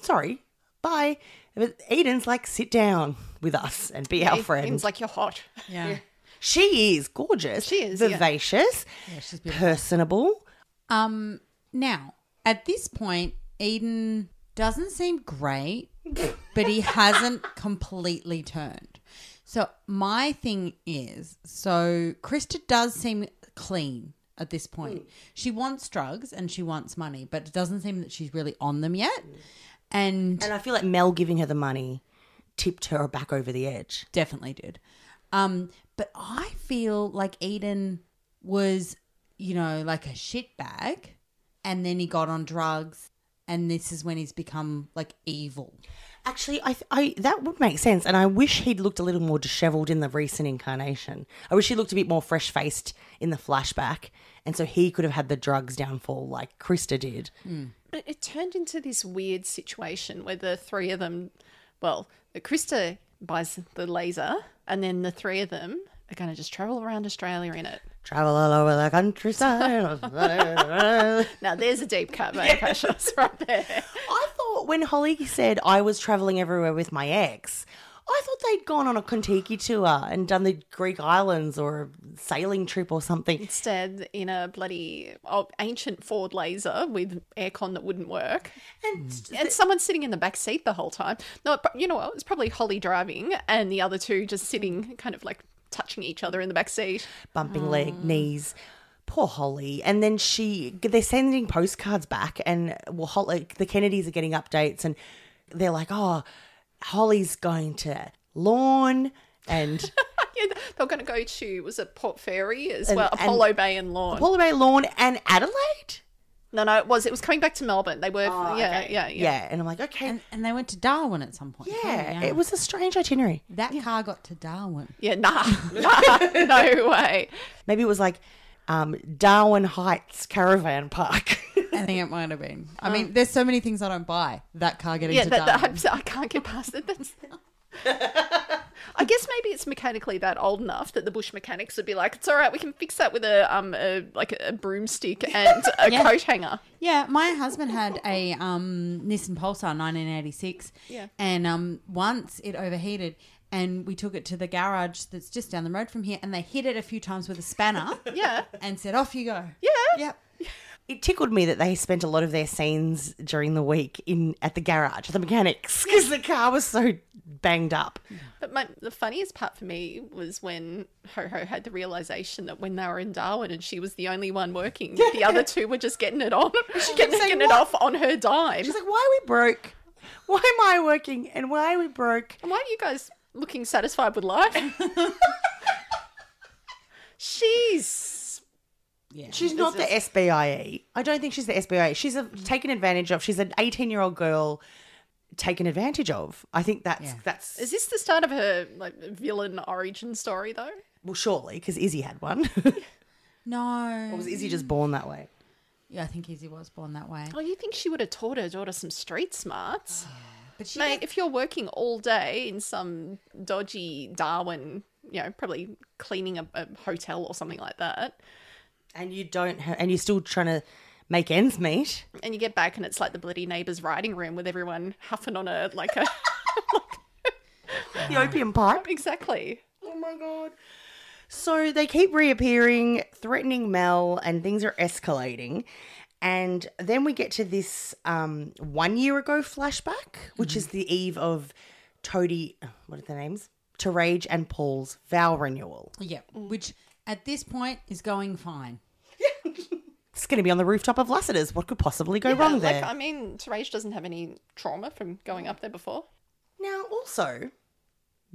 S2: sorry, bye. But Eden's like, sit down with us and be our friend.
S3: It's like you're hot.
S4: Yeah.
S2: She is gorgeous.
S3: She is, yeah.
S2: vivacious,
S4: she's beautiful.
S2: personable.
S4: Um, now, at this point, Eden doesn't seem great, but he hasn't completely turned. So, my thing is so Krista does seem clean at this point. She wants drugs and she wants money, but it doesn't seem that she's really on them yet. And
S2: And I feel like Mel giving her the money tipped her back over the edge.
S4: definitely did. Um, but I feel like Eden was, you know, like a shit bag, and then he got on drugs, and this is when he's become like evil.
S2: Actually, I, th- I that would make sense, and I wish he'd looked a little more dishevelled in the recent incarnation. I wish he looked a bit more fresh faced in the flashback, and so he could have had the drugs downfall like Krista did.
S3: But it turned into this weird situation where the three of them, well, Krista buys the laser, and then the three of them are going to just travel around Australia in it.
S2: Travel all over the countryside.
S3: Now, there's a deep cut, mate. Precious, right there.
S2: I thought when Holly said I was traveling everywhere with my ex, I thought they'd gone on a Kontiki tour and done the Greek islands or a sailing trip or something.
S3: Instead, in a bloody oh, ancient Ford laser with aircon that wouldn't work.
S2: And
S3: And someone's sitting in the back seat the whole time. No, it pro- you know what? It's probably Holly driving and the other two just sitting kind of like touching each other in the back seat.
S2: bumping leg, knees. Poor Holly. And then she, they're sending postcards back, and well, Holly, the Kennedys are getting updates, and they're like, oh, Holly's going to lawn and.
S3: Yeah, they were going to go to was it Port Fairy as
S2: And-
S3: well,
S2: and-
S3: Apollo Bay and Lawn.
S2: Paula Bay Lawn and Adelaide?
S3: no, no, it was it was coming back to Melbourne. They were,
S2: Oh,
S3: yeah, yeah, yeah,
S2: Yeah. And I'm like, okay.
S4: And and they went to Darwin at some point.
S2: yeah. It was a strange itinerary.
S4: that car got to Darwin.
S3: yeah. Nah, nah, no way.
S2: Maybe it was like um, Darwin Heights Caravan Park.
S4: I think it might have been. I mean, there's so many things I don't buy. That car getting
S3: Yeah,
S4: Um, to
S3: that,
S4: Darwin.
S3: that, I can't get past it. That's. I guess maybe it's mechanically that old enough that the bush mechanics would be like, "It's all right, we can fix that with a um a, like a broomstick and a
S4: Yeah.
S3: coat hanger."
S4: Yeah, my husband had a um, Nissan Pulsar 1986.
S3: Yeah.
S4: And um, once it overheated, and we took it to the garage that's just down the road from here, and they hit it a few times with a spanner.
S3: Yeah,
S4: And said, "Off you go."
S3: yeah.
S4: Yep.
S2: it tickled me that they spent a lot of their scenes during the week in at the garage, the mechanics, because the car was so banged up.
S3: But my, the funniest part for me was when Ho Ho had the realization that when they were in Darwin and she was the only one working, the other two were just getting it on, getting,
S2: saying,
S3: getting it
S2: "What?"
S3: off on her dime.
S2: She's like, "Why are we broke? Why am I working? And why are we broke?"
S3: Why are you guys looking satisfied with life? She's
S2: She's not the SBIE. I don't think she's the SBIE. She's a, taken advantage of. She's an eighteen-year-old girl taken advantage of. I think that's that's
S3: is this the start of her like villain origin story though?
S2: well, surely because Izzy had one.
S4: No.
S2: or was Izzy just born that way?
S4: Yeah, I think Izzy was born that way.
S3: Oh, you think she would have taught her daughter some street smarts?
S4: But she
S3: Mate,
S4: gets-
S3: if you're working all day in some dodgy Darwin, you know, probably cleaning a, a hotel or something like that,
S2: and you don't ha- and you're still trying to make ends meet.
S3: and you get back and it's like the bloody neighbor's writing room with everyone huffing on a like a
S2: The opium pipe.
S3: exactly.
S2: Oh my god. So they keep reappearing, threatening Mel, and things are escalating. And then we get to this um, one year ago flashback, which
S3: Mm-hmm.
S2: is the eve of Toadie, what are the names? Terage and Paul's vow renewal.
S4: yeah,
S3: mm.
S4: which at this point is going fine.
S2: It's going to be on the rooftop of Lassiter's. What could possibly go
S3: Yeah,
S2: wrong
S3: like
S2: there?
S3: I mean, Terage doesn't have any trauma from going up there before.
S2: Mm. Now, also,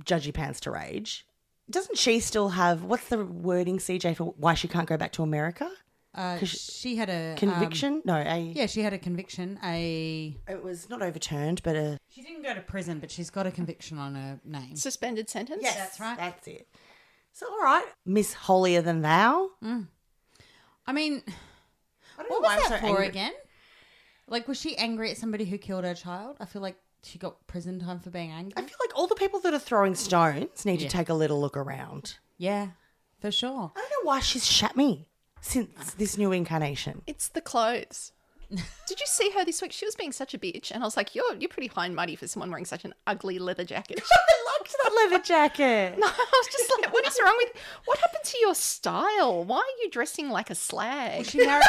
S2: Judgy Pants to Rage, doesn't she still have what's the wording, CJ, for why she can't go back to
S3: Um,
S2: America?
S4: Uh, she had a um,
S2: Conviction? no, a,
S4: yeah, she had a conviction. A
S2: it was not overturned, but a.
S4: she didn't go to prison, but she's got a conviction on her name.
S3: Suspended sentence.
S4: that's right.
S2: That's it. So, all right, Miss Holier Than Thou.
S4: I mean,
S2: I don't know
S4: what
S2: why I'm
S4: was that
S2: so
S4: for
S2: angry.
S4: again? Like, was she angry at somebody who killed her child? I feel like she got prison time for being angry.
S2: I feel like all the people that are throwing stones need
S4: Yeah.
S2: to take a little look around.
S4: Yeah, for sure.
S2: I don't know why she's shat me since this new incarnation.
S3: It's the clothes. Did you see her this week? She was being such a bitch, and I was like, "You're you're pretty high and mighty for someone wearing such an ugly leather jacket."
S2: I loved that leather jacket.
S3: I was just like, "What is wrong with? What happened to your style? Why are you dressing like a slag?"
S4: She married.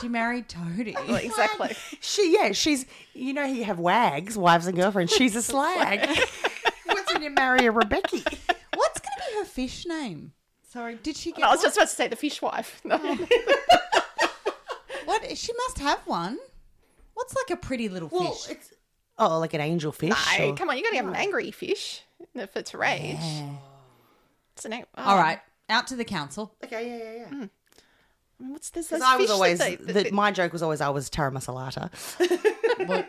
S4: she married Toadie.
S3: Well, exactly.
S2: She, yeah, she's, you know, you have wags, wives and girlfriends. She's a slag. What's in you marry a Rebecca?
S4: What's going to be her fish name? Sorry, did she get?
S3: No, I was
S4: one?
S3: just about to say the fishwife. No.
S2: Oh,
S4: What? She must have one. What's like a pretty little fish?
S2: it's oh, like an angel fish.
S3: No,
S2: or-
S3: come on, you got to have an angry fish for to rage. It's an ang- oh,
S4: All right, out to the council.
S2: Okay, yeah, yeah, yeah.
S3: I mean, oh, What's this?
S2: Because
S3: those
S2: I was
S3: fish that
S2: always
S3: they- that-
S2: the, my joke was always I was Tara Masalata.
S4: Well,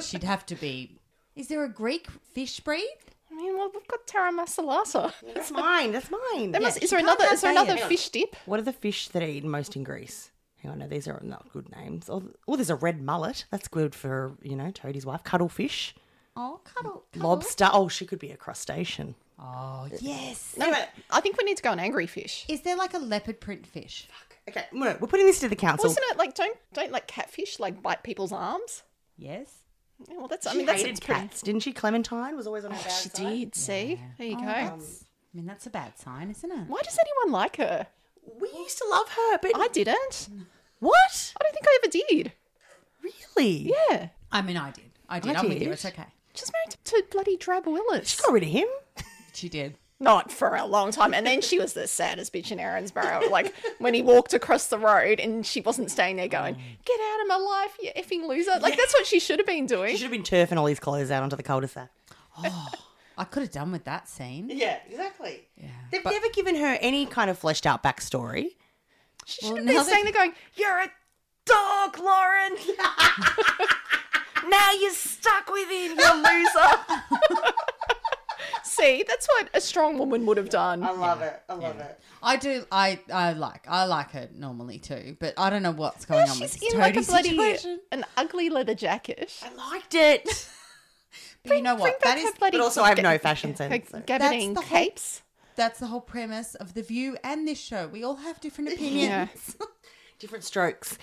S4: she'd have to be. Is there a Greek fish breed?
S3: I mean, well, we've got Tara Masalasa.
S2: That's mine. That's mine.
S3: There must-
S4: she
S3: is there
S4: can't
S3: another?
S4: not
S3: Is there
S4: say
S3: another
S4: it.
S3: fish dip?
S2: What are the fish that are eaten most in Greece? Hang on, no, these are not good names. Oh, oh, there's a red mullet. That's good for you know Toadie's wife. Cuttlefish,
S4: Oh, cuddle, cuddle.
S2: lobster. Oh, she could be a crustacean.
S4: Oh, yes.
S3: No, I think we need to go on angry fish.
S4: Is there like a leopard print fish?
S2: Okay, no, we're putting this to the council.
S3: Wasn't it like don't don't let catfish like bite people's arms?
S4: Yes.
S3: Yeah, well, that's I
S2: She
S3: mean that's
S2: hated
S3: it's pretty. Oh,
S2: cats, didn't she? Clementine was always on her bad
S3: She
S2: side.
S3: did. See, there you
S4: Oh,
S3: go. Um,
S4: that's- I mean, that's a bad sign, isn't it?
S3: Why does anyone like her?
S2: We used to love her, but
S3: I didn't.
S2: what?
S3: I don't think I ever did.
S2: Really? Yeah.
S3: Yeah,
S4: I mean, I did. I did. I
S2: I
S4: am with you.
S2: did.
S4: It's okay.
S3: just married to, to bloody Drab Willis.
S2: Got rid of him.
S4: She did.
S3: Not for a long time, and then she was the saddest bitch in Erinsborough. Like when he walked across the road, and she wasn't staying there, going, "Get out of my life, you effing loser!" Like that's what she should have been
S2: She
S3: doing.
S2: should have been turfing all his clothes out onto the cul-de-sac.
S4: I could have done with that scene.
S2: Yeah, exactly. They've never given her any kind of fleshed out backstory.
S3: She
S4: Well,
S3: should have
S4: now
S3: been
S4: that-
S3: staying there, going, "You're a dog, Lauren."
S2: Now you're stuck with him, you loser.
S3: See, that's what a strong woman would have done.
S2: love it. I love it.
S4: I do. I I like. I like her normally too, but I don't know what's going on with
S3: She's
S4: this
S3: in like a
S4: toady
S3: bloody
S4: situation.
S3: an ugly leather jacket.
S2: I liked it.
S4: But you know what? That
S3: That's
S4: is
S3: her bloody
S2: But also, I have no
S3: ga-
S2: fashion
S3: her
S2: sense. so-
S3: gabardine
S4: That's the whole-
S3: capes.
S4: that's the whole premise of the View and this show. We all have different opinions.
S2: Different strokes.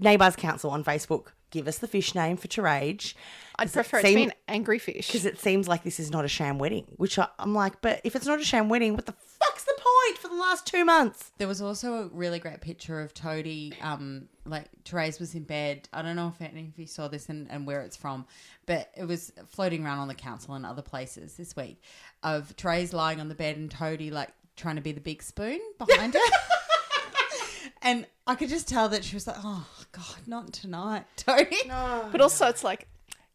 S2: Neighbours Council on Facebook. Give us the fish name for Terage.
S3: I'd prefer it
S2: seem-
S3: to be an angry fish.
S2: Because it seems like this is not a sham wedding, which I, I'm like, but if it's not a sham wedding, what the fuck's the point for the last two months?
S4: There was also a really great picture of Toadie. Um, like Therese was in bed. I don't know if any of you saw this and, and where it's from, but it was floating around on the council and other places this week of Therese lying on the bed and Toadie like trying to be the big spoon behind her. and I could just tell that she was like, "Oh God, not tonight, Toadie."
S3: But also, it's like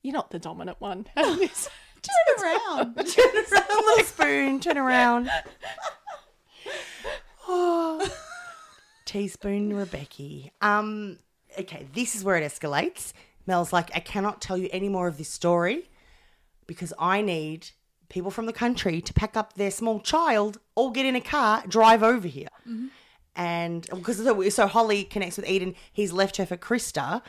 S3: you're not the dominant one. Just
S4: Turn around.
S2: Turn around, little spoon, turn around. Oh. Teaspoon Rebecca. Um, okay, this is where it escalates. Mel's like, I cannot tell you any more of this story because I need people from the country to pack up their small child, all get in a car, drive over here. And because so, so Holly connects with Eden, he's left her for Krista.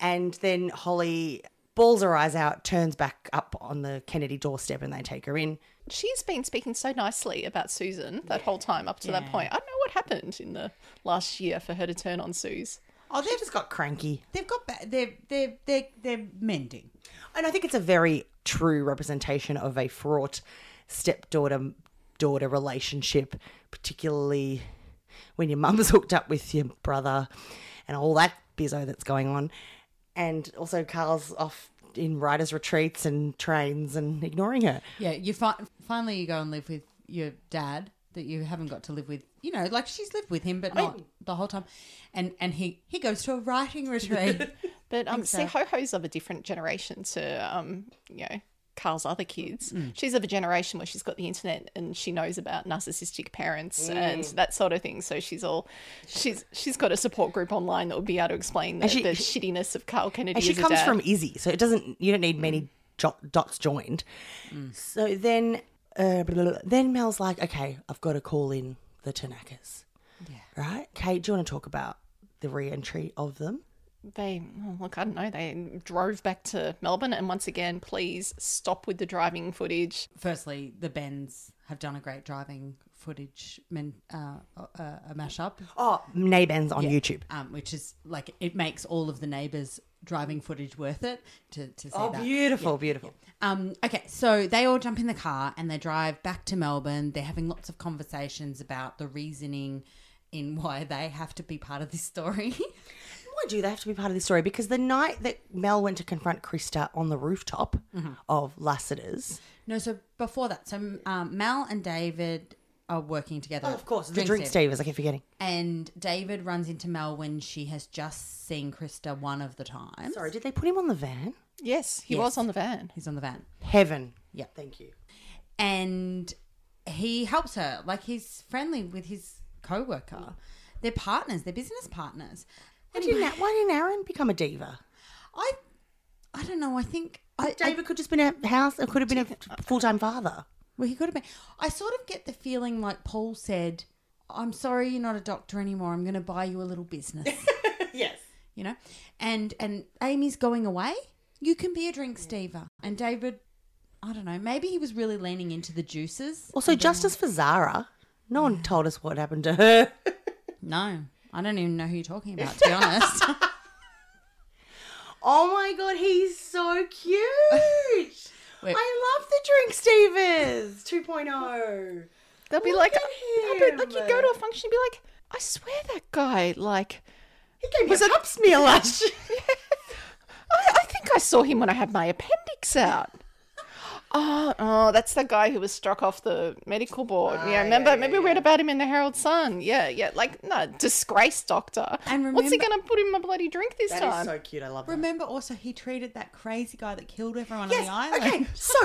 S2: And then Holly balls her eyes out, turns back up on the Kennedy doorstep, and they take her in.
S3: She's been speaking so nicely about Susan that whole time up to that point. I don't know what happened in the last year for her to turn on Suze.
S2: Oh, they just got cranky.
S4: They've got ba- they're they're they're they're mending.
S2: And I think it's a very true representation of a fraught stepdaughter daughter relationship, particularly when your mum's hooked up with your brother and all that bizzo that's going on. And also Carl's off in writers' retreats and trains and ignoring her.
S4: Yeah, you fi- finally you go and live with your dad that you haven't got to live with. You know, like she's lived with him, but not the whole time. And and he he goes to a writing retreat.
S3: But um, see, Ho Ho's of a different generation to um, you know Carl's other kids.
S2: Mm.
S3: She's of a generation where she's got the internet and she knows about narcissistic parents
S2: Mm.
S3: and that sort of thing. So she's all she's she's got a support group online that would be able to explain the,
S2: she-
S3: the shittiness of Carl Kennedy.
S2: And she
S3: as a
S2: comes
S3: dad.
S2: from Izzy, so it doesn't. You don't need many jo- dots joined. So then, uh, blah, blah, blah. then Mel's like, "Okay, I've got to call in the Tanakas." Yeah. Right, Kate. Do you want to talk about the re-entry of them?
S3: they oh, look i don't know they drove back to melbourne and once again please stop with the driving footage
S4: Firstly, the Bens have done a great driving footage men, uh, uh, a mashup,
S2: Oh, Nabans on YouTube.
S4: um, which is like it makes all of the neighbors driving footage worth it to to see
S2: Oh,
S4: that.
S2: beautiful, beautiful.
S4: Um, okay, so they all jump in the car and they drive back to Melbourne. They're having lots of conversations about the reasoning in why they have to be part of this story.
S2: Why do they have to be part of this story? Because the night that Mel went to confront Krista on the rooftop of Lassiter's,
S4: no, so before that, so um, Mal and David are working together.
S2: Oh, the drink
S4: Steve.
S2: Stevers. I keep forgetting.
S4: And David runs into Mel when she has just seen Krista one of the times.
S2: Sorry, did they put him on the van?
S3: yes he was on the van
S4: He's on the van.
S2: Heaven.
S4: Yeah.
S2: Thank you.
S4: and he helps her. Like he's friendly with his
S2: Mm.
S4: coworker. They're partners. They're business partners.
S2: Why didn't, A- why didn't Aaron become a diva?
S4: I, I don't know. I think I, I
S2: David could just been a house. It could have been a full time father.
S4: well, he could have been. I sort of get the feeling like Paul said, "I'm sorry, you're not a doctor anymore. I'm going to buy you a little business."
S2: Yes.
S4: you know, and and Amy's going away. You can be a drink stever. And David, I don't know. Maybe he was really leaning into the juices.
S2: Also, justice for Zara. No one told us what happened to her.
S4: No, I don't even know who you're talking about. To be honest.
S2: Oh my god, he's so cute.
S4: Wait.
S2: I love the Drink Stevens oh. 2.0.
S3: they'll be
S2: Look
S3: like "Oh,
S2: at
S3: I'll be- like you
S2: him.
S3: go to a function and be like i swear that guy like
S2: He gave me a cup smear last year.
S3: i, I think i saw him when i had my appendix out Oh, oh, that's the guy who was struck off the medical board.
S2: Ah,
S3: yeah, remember? maybe we read about him in the Herald Sun. Yeah, yeah. Like, no, disgraced doctor.
S4: And
S3: What's he
S4: remember-
S3: going to put in my bloody drink this
S2: That
S3: time?
S2: is so cute. I love that.
S4: Remember also he treated that crazy guy that killed everyone
S2: Yes.
S4: on the island.
S2: Okay. So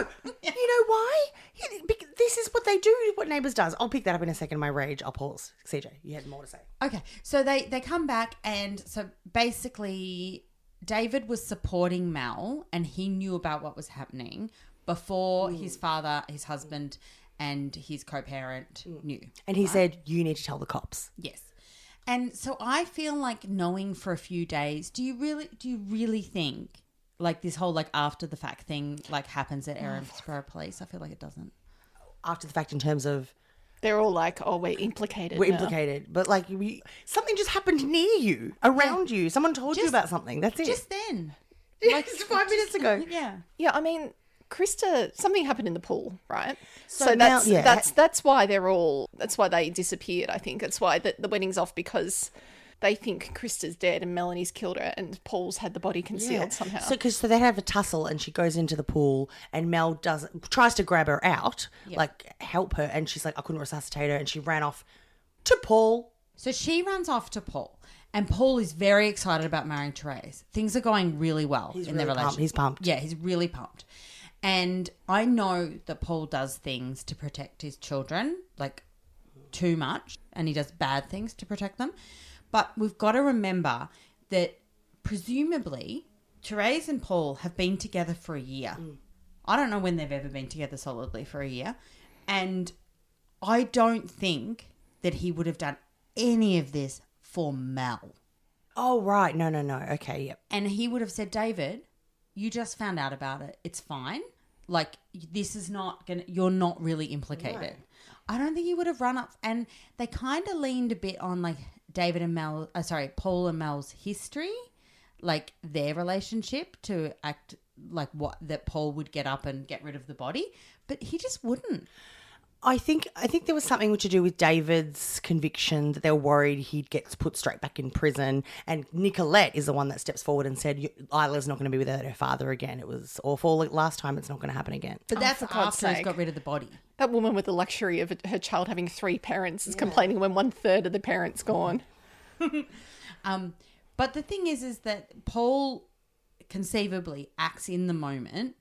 S2: you know why? He- bec- This is what they do. What neighbours does. I'll pick that up in a second. My rage. I'll pause. CJ, you had more to say.
S4: Okay. So they they come back and so basically David was supporting Mal and he knew about what was happening before his father, his husband and his co-parent knew.
S2: And he said, "You need to tell the cops."
S4: Yes. And so I feel like knowing for a few days, do you really do you really think like this whole like after the fact thing like happens at Erinsborough Police? I feel like it doesn't.
S2: After the fact, in terms of
S3: They're all like, oh, we're implicated.
S2: were
S3: now.
S2: implicated, but like we, something just happened near you, around you. Someone told you
S4: Just-
S2: about something. That's it.
S4: Just then.
S2: like five minutes ago.
S4: Yeah.
S3: Yeah, I mean, Krista, something happened in the pool, right? So,
S2: now-
S3: that's
S2: yeah.
S3: that's that's why they're all that's why they disappeared. I think that's why the, the wedding's off because they think Krista's dead and Melanie's killed her and Paul's had the body concealed somehow.
S2: So, cause, so they have a tussle, and she goes into the pool, and Mel does tries to grab her out, like help her, and she's like, I couldn't resuscitate her, and she ran off to Paul.
S4: So she runs off to Paul, and Paul is very excited about marrying Therese. Things are going really well in their
S2: really pumped.
S4: relationship.
S2: He's pumped.
S4: Yeah, he's really pumped. And I know that Paul does things to protect his children, like too much, and he does bad things to protect them. But we've got to remember that presumably Therese and Paul have been together for a year.
S2: Mm.
S4: I don't know when they've ever been together solidly for a year. And I don't think that he would have done any of this for Mel.
S2: Oh right, no, no, no. Okay, yep.
S4: And he would have said, David, you just found out about it. It's fine. Like y- this is not gonna. You're not really implicated. I don't think he would have run up. And they kind of leaned a bit on like David and Mel. Uh, sorry, Paul and Mel's history, like their relationship to act like what that Paul would get up and get rid of the body, but he just wouldn't.
S3: Oh,
S2: I think I think there was something to do with David's conviction that they were worried he'd get put straight back in prison. And Nicolette is the one that steps forward and said, "You- "Isla's not going to be without her father again. It was awful like, last time. It's not going to happen again."
S4: But that's
S3: for God's
S4: after he's
S3: sake.
S4: got rid of the body.
S3: That woman with the luxury of her child having three parents is complaining when one third of the parents gone.
S4: Um, but the thing is, is that Paul conceivably acts in the moment,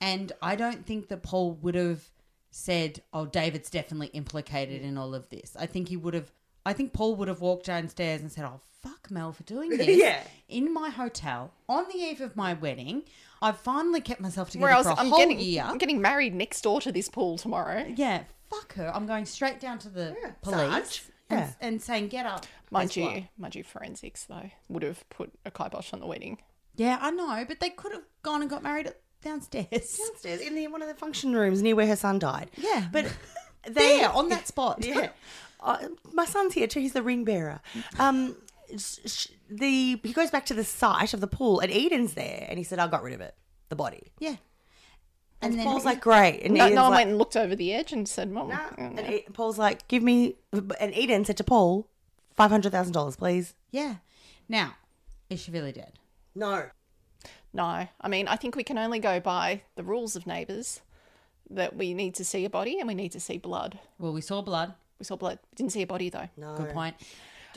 S4: and I don't think that Paul would have said, "Oh, David's definitely implicated in all of this." I think he would have. I think Paul would have walked downstairs and said, "Oh, fuck Mel for doing this."
S2: Yeah.
S4: In my hotel on the eve of my wedding, I've finally kept myself together
S3: Where else?
S4: for a
S3: I'm
S4: whole
S3: getting
S4: year.
S3: I'm getting married next door to this pool tomorrow.
S4: yeah. Fuck her. I'm going straight down to the police
S2: Sarge.
S4: and,
S2: Yeah.
S4: and saying, "Get up."
S3: Mind
S4: Guess what?
S3: you, mind you, forensics though would have put a kibosh on the wedding.
S4: Yeah, I know, but they could have gone and got married downstairs.
S2: Downstairs in the, one of the function rooms near where her son died.
S4: Yeah, but
S2: They-
S4: there on that spot.
S2: Yeah. Uh, my son's here too. He's the ring bearer. Um, s- sh- the he goes back to the site of the pool, and Eden's there, and he said, "I got rid of it, the body."
S4: yeah.
S2: And,
S4: And then
S2: Paul's like, "Great." And
S3: No,
S2: Eden's
S3: no one
S2: like,
S3: went and looked over the edge and said, "Mom,
S2: And E- Paul's like, "Give me," and Eden said to Paul, five hundred thousand dollars, please."
S4: yeah. Now, is she really dead?
S2: No.
S3: no." I mean, I think we can only go by the rules of neighbours that we need to see a body and we need to see blood.
S4: Well, we saw blood.
S3: We saw blood. We didn't see a body though.
S2: No.
S4: Good point.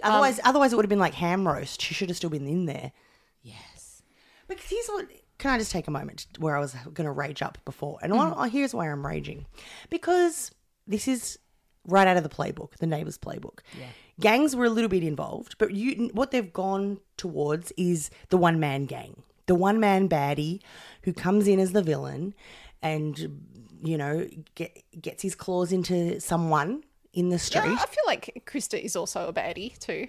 S2: Otherwise, otherwise it would have been like ham roast. She should have still been in there.
S4: Yes.
S2: Because here's what. Can I just take a moment where I was going to rage up before? And I- I- here's why I'm raging. Because this is right out of the playbook, the neighbours' playbook. Gangs were a little bit involved, but you, what they've gone towards is the one man gang, the one man baddie who comes in as the villain and, you know, get, gets his claws into someone in the street.
S3: I feel like Krista is also a baddie too.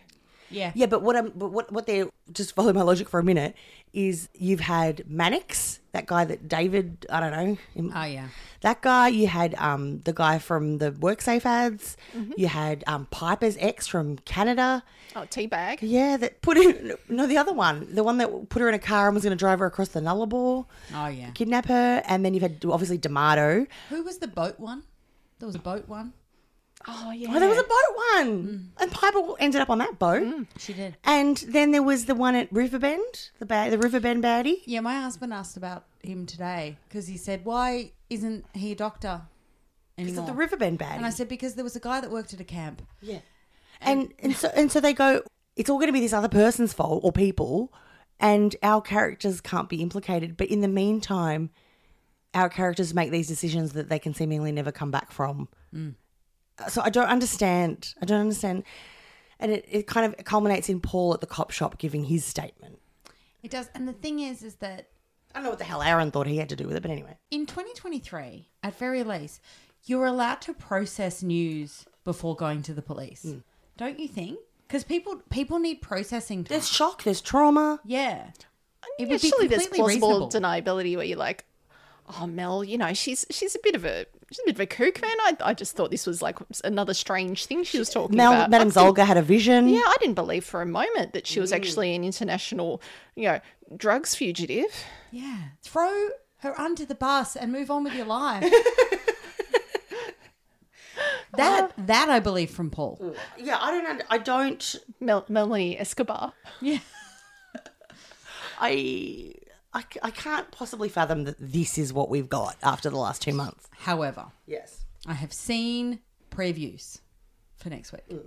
S4: Yeah.
S2: Yeah, but what I'm but what what they just follow my logic for a minute is you've had Mannix, that guy that David I don't know him-
S4: Oh yeah.
S2: that guy. You had um the guy from the WorkSafe ads.
S4: Mm-hmm.
S2: You had um Piper's ex from Canada.
S3: Oh, teabag.
S2: Yeah, that put in no the other one, the one that put her in a car and was going to drive her across the Nullarbor,
S4: Oh yeah.
S2: kidnap her, and then you've had obviously D'Amato.
S4: Who was the boat one? There was a boat one.
S3: Oh yeah.
S2: Oh, there was a boat
S4: Mm.
S2: one, and Piper ended up on that boat.
S4: She did.
S2: And then there was the one at Riverbend, the ba- the Riverbend baddie.
S4: Yeah, my husband asked about him today because he said, "Why isn't he a doctor
S2: Is
S4: anymore?"
S2: it the Riverbend baddie?
S4: and I said, "Because there was a guy that worked at a camp."
S2: yeah. And and so and so they go. It's all going to be this other person's fault or people, and our characters can't be implicated. But in the meantime, our characters make these decisions that they can seemingly never come back from. Uh, So I don't understand. I don't understand. And it, it kind of culminates in Paul at the cop shop giving his statement.
S4: It does. And the thing is, is that
S2: I don't know what the hell Aaron thought he had to do with it, but anyway.
S4: in 2023, at very least, you're allowed to process news before going to the police, don't you think? Because people people need processing time.
S2: There's shock, there's trauma.
S4: yeah, it
S3: Yeah,
S4: would be
S3: surely there's
S4: completely
S3: plausible
S4: reasonable.
S3: deniability where you're like, oh Mel, you know she's she's a bit of a she's a bit of a kook, man. I, I just thought this was like another strange thing she was talking
S2: Mel,
S3: about.
S2: Madame
S3: I didn't-
S2: Zolga had a vision.
S3: Yeah, I didn't believe for a moment that she was actually an international, you know, drugs fugitive.
S4: yeah, throw her under the bus and move on with your life. that that I believe from Paul.
S2: yeah I don't. under- I don't.
S3: Mel- Melanie Escobar.
S4: Yeah,
S2: I, I, c- I can't possibly fathom that this is what we've got after the last two months.
S4: however,
S2: Yes.
S4: I have seen previews for next week.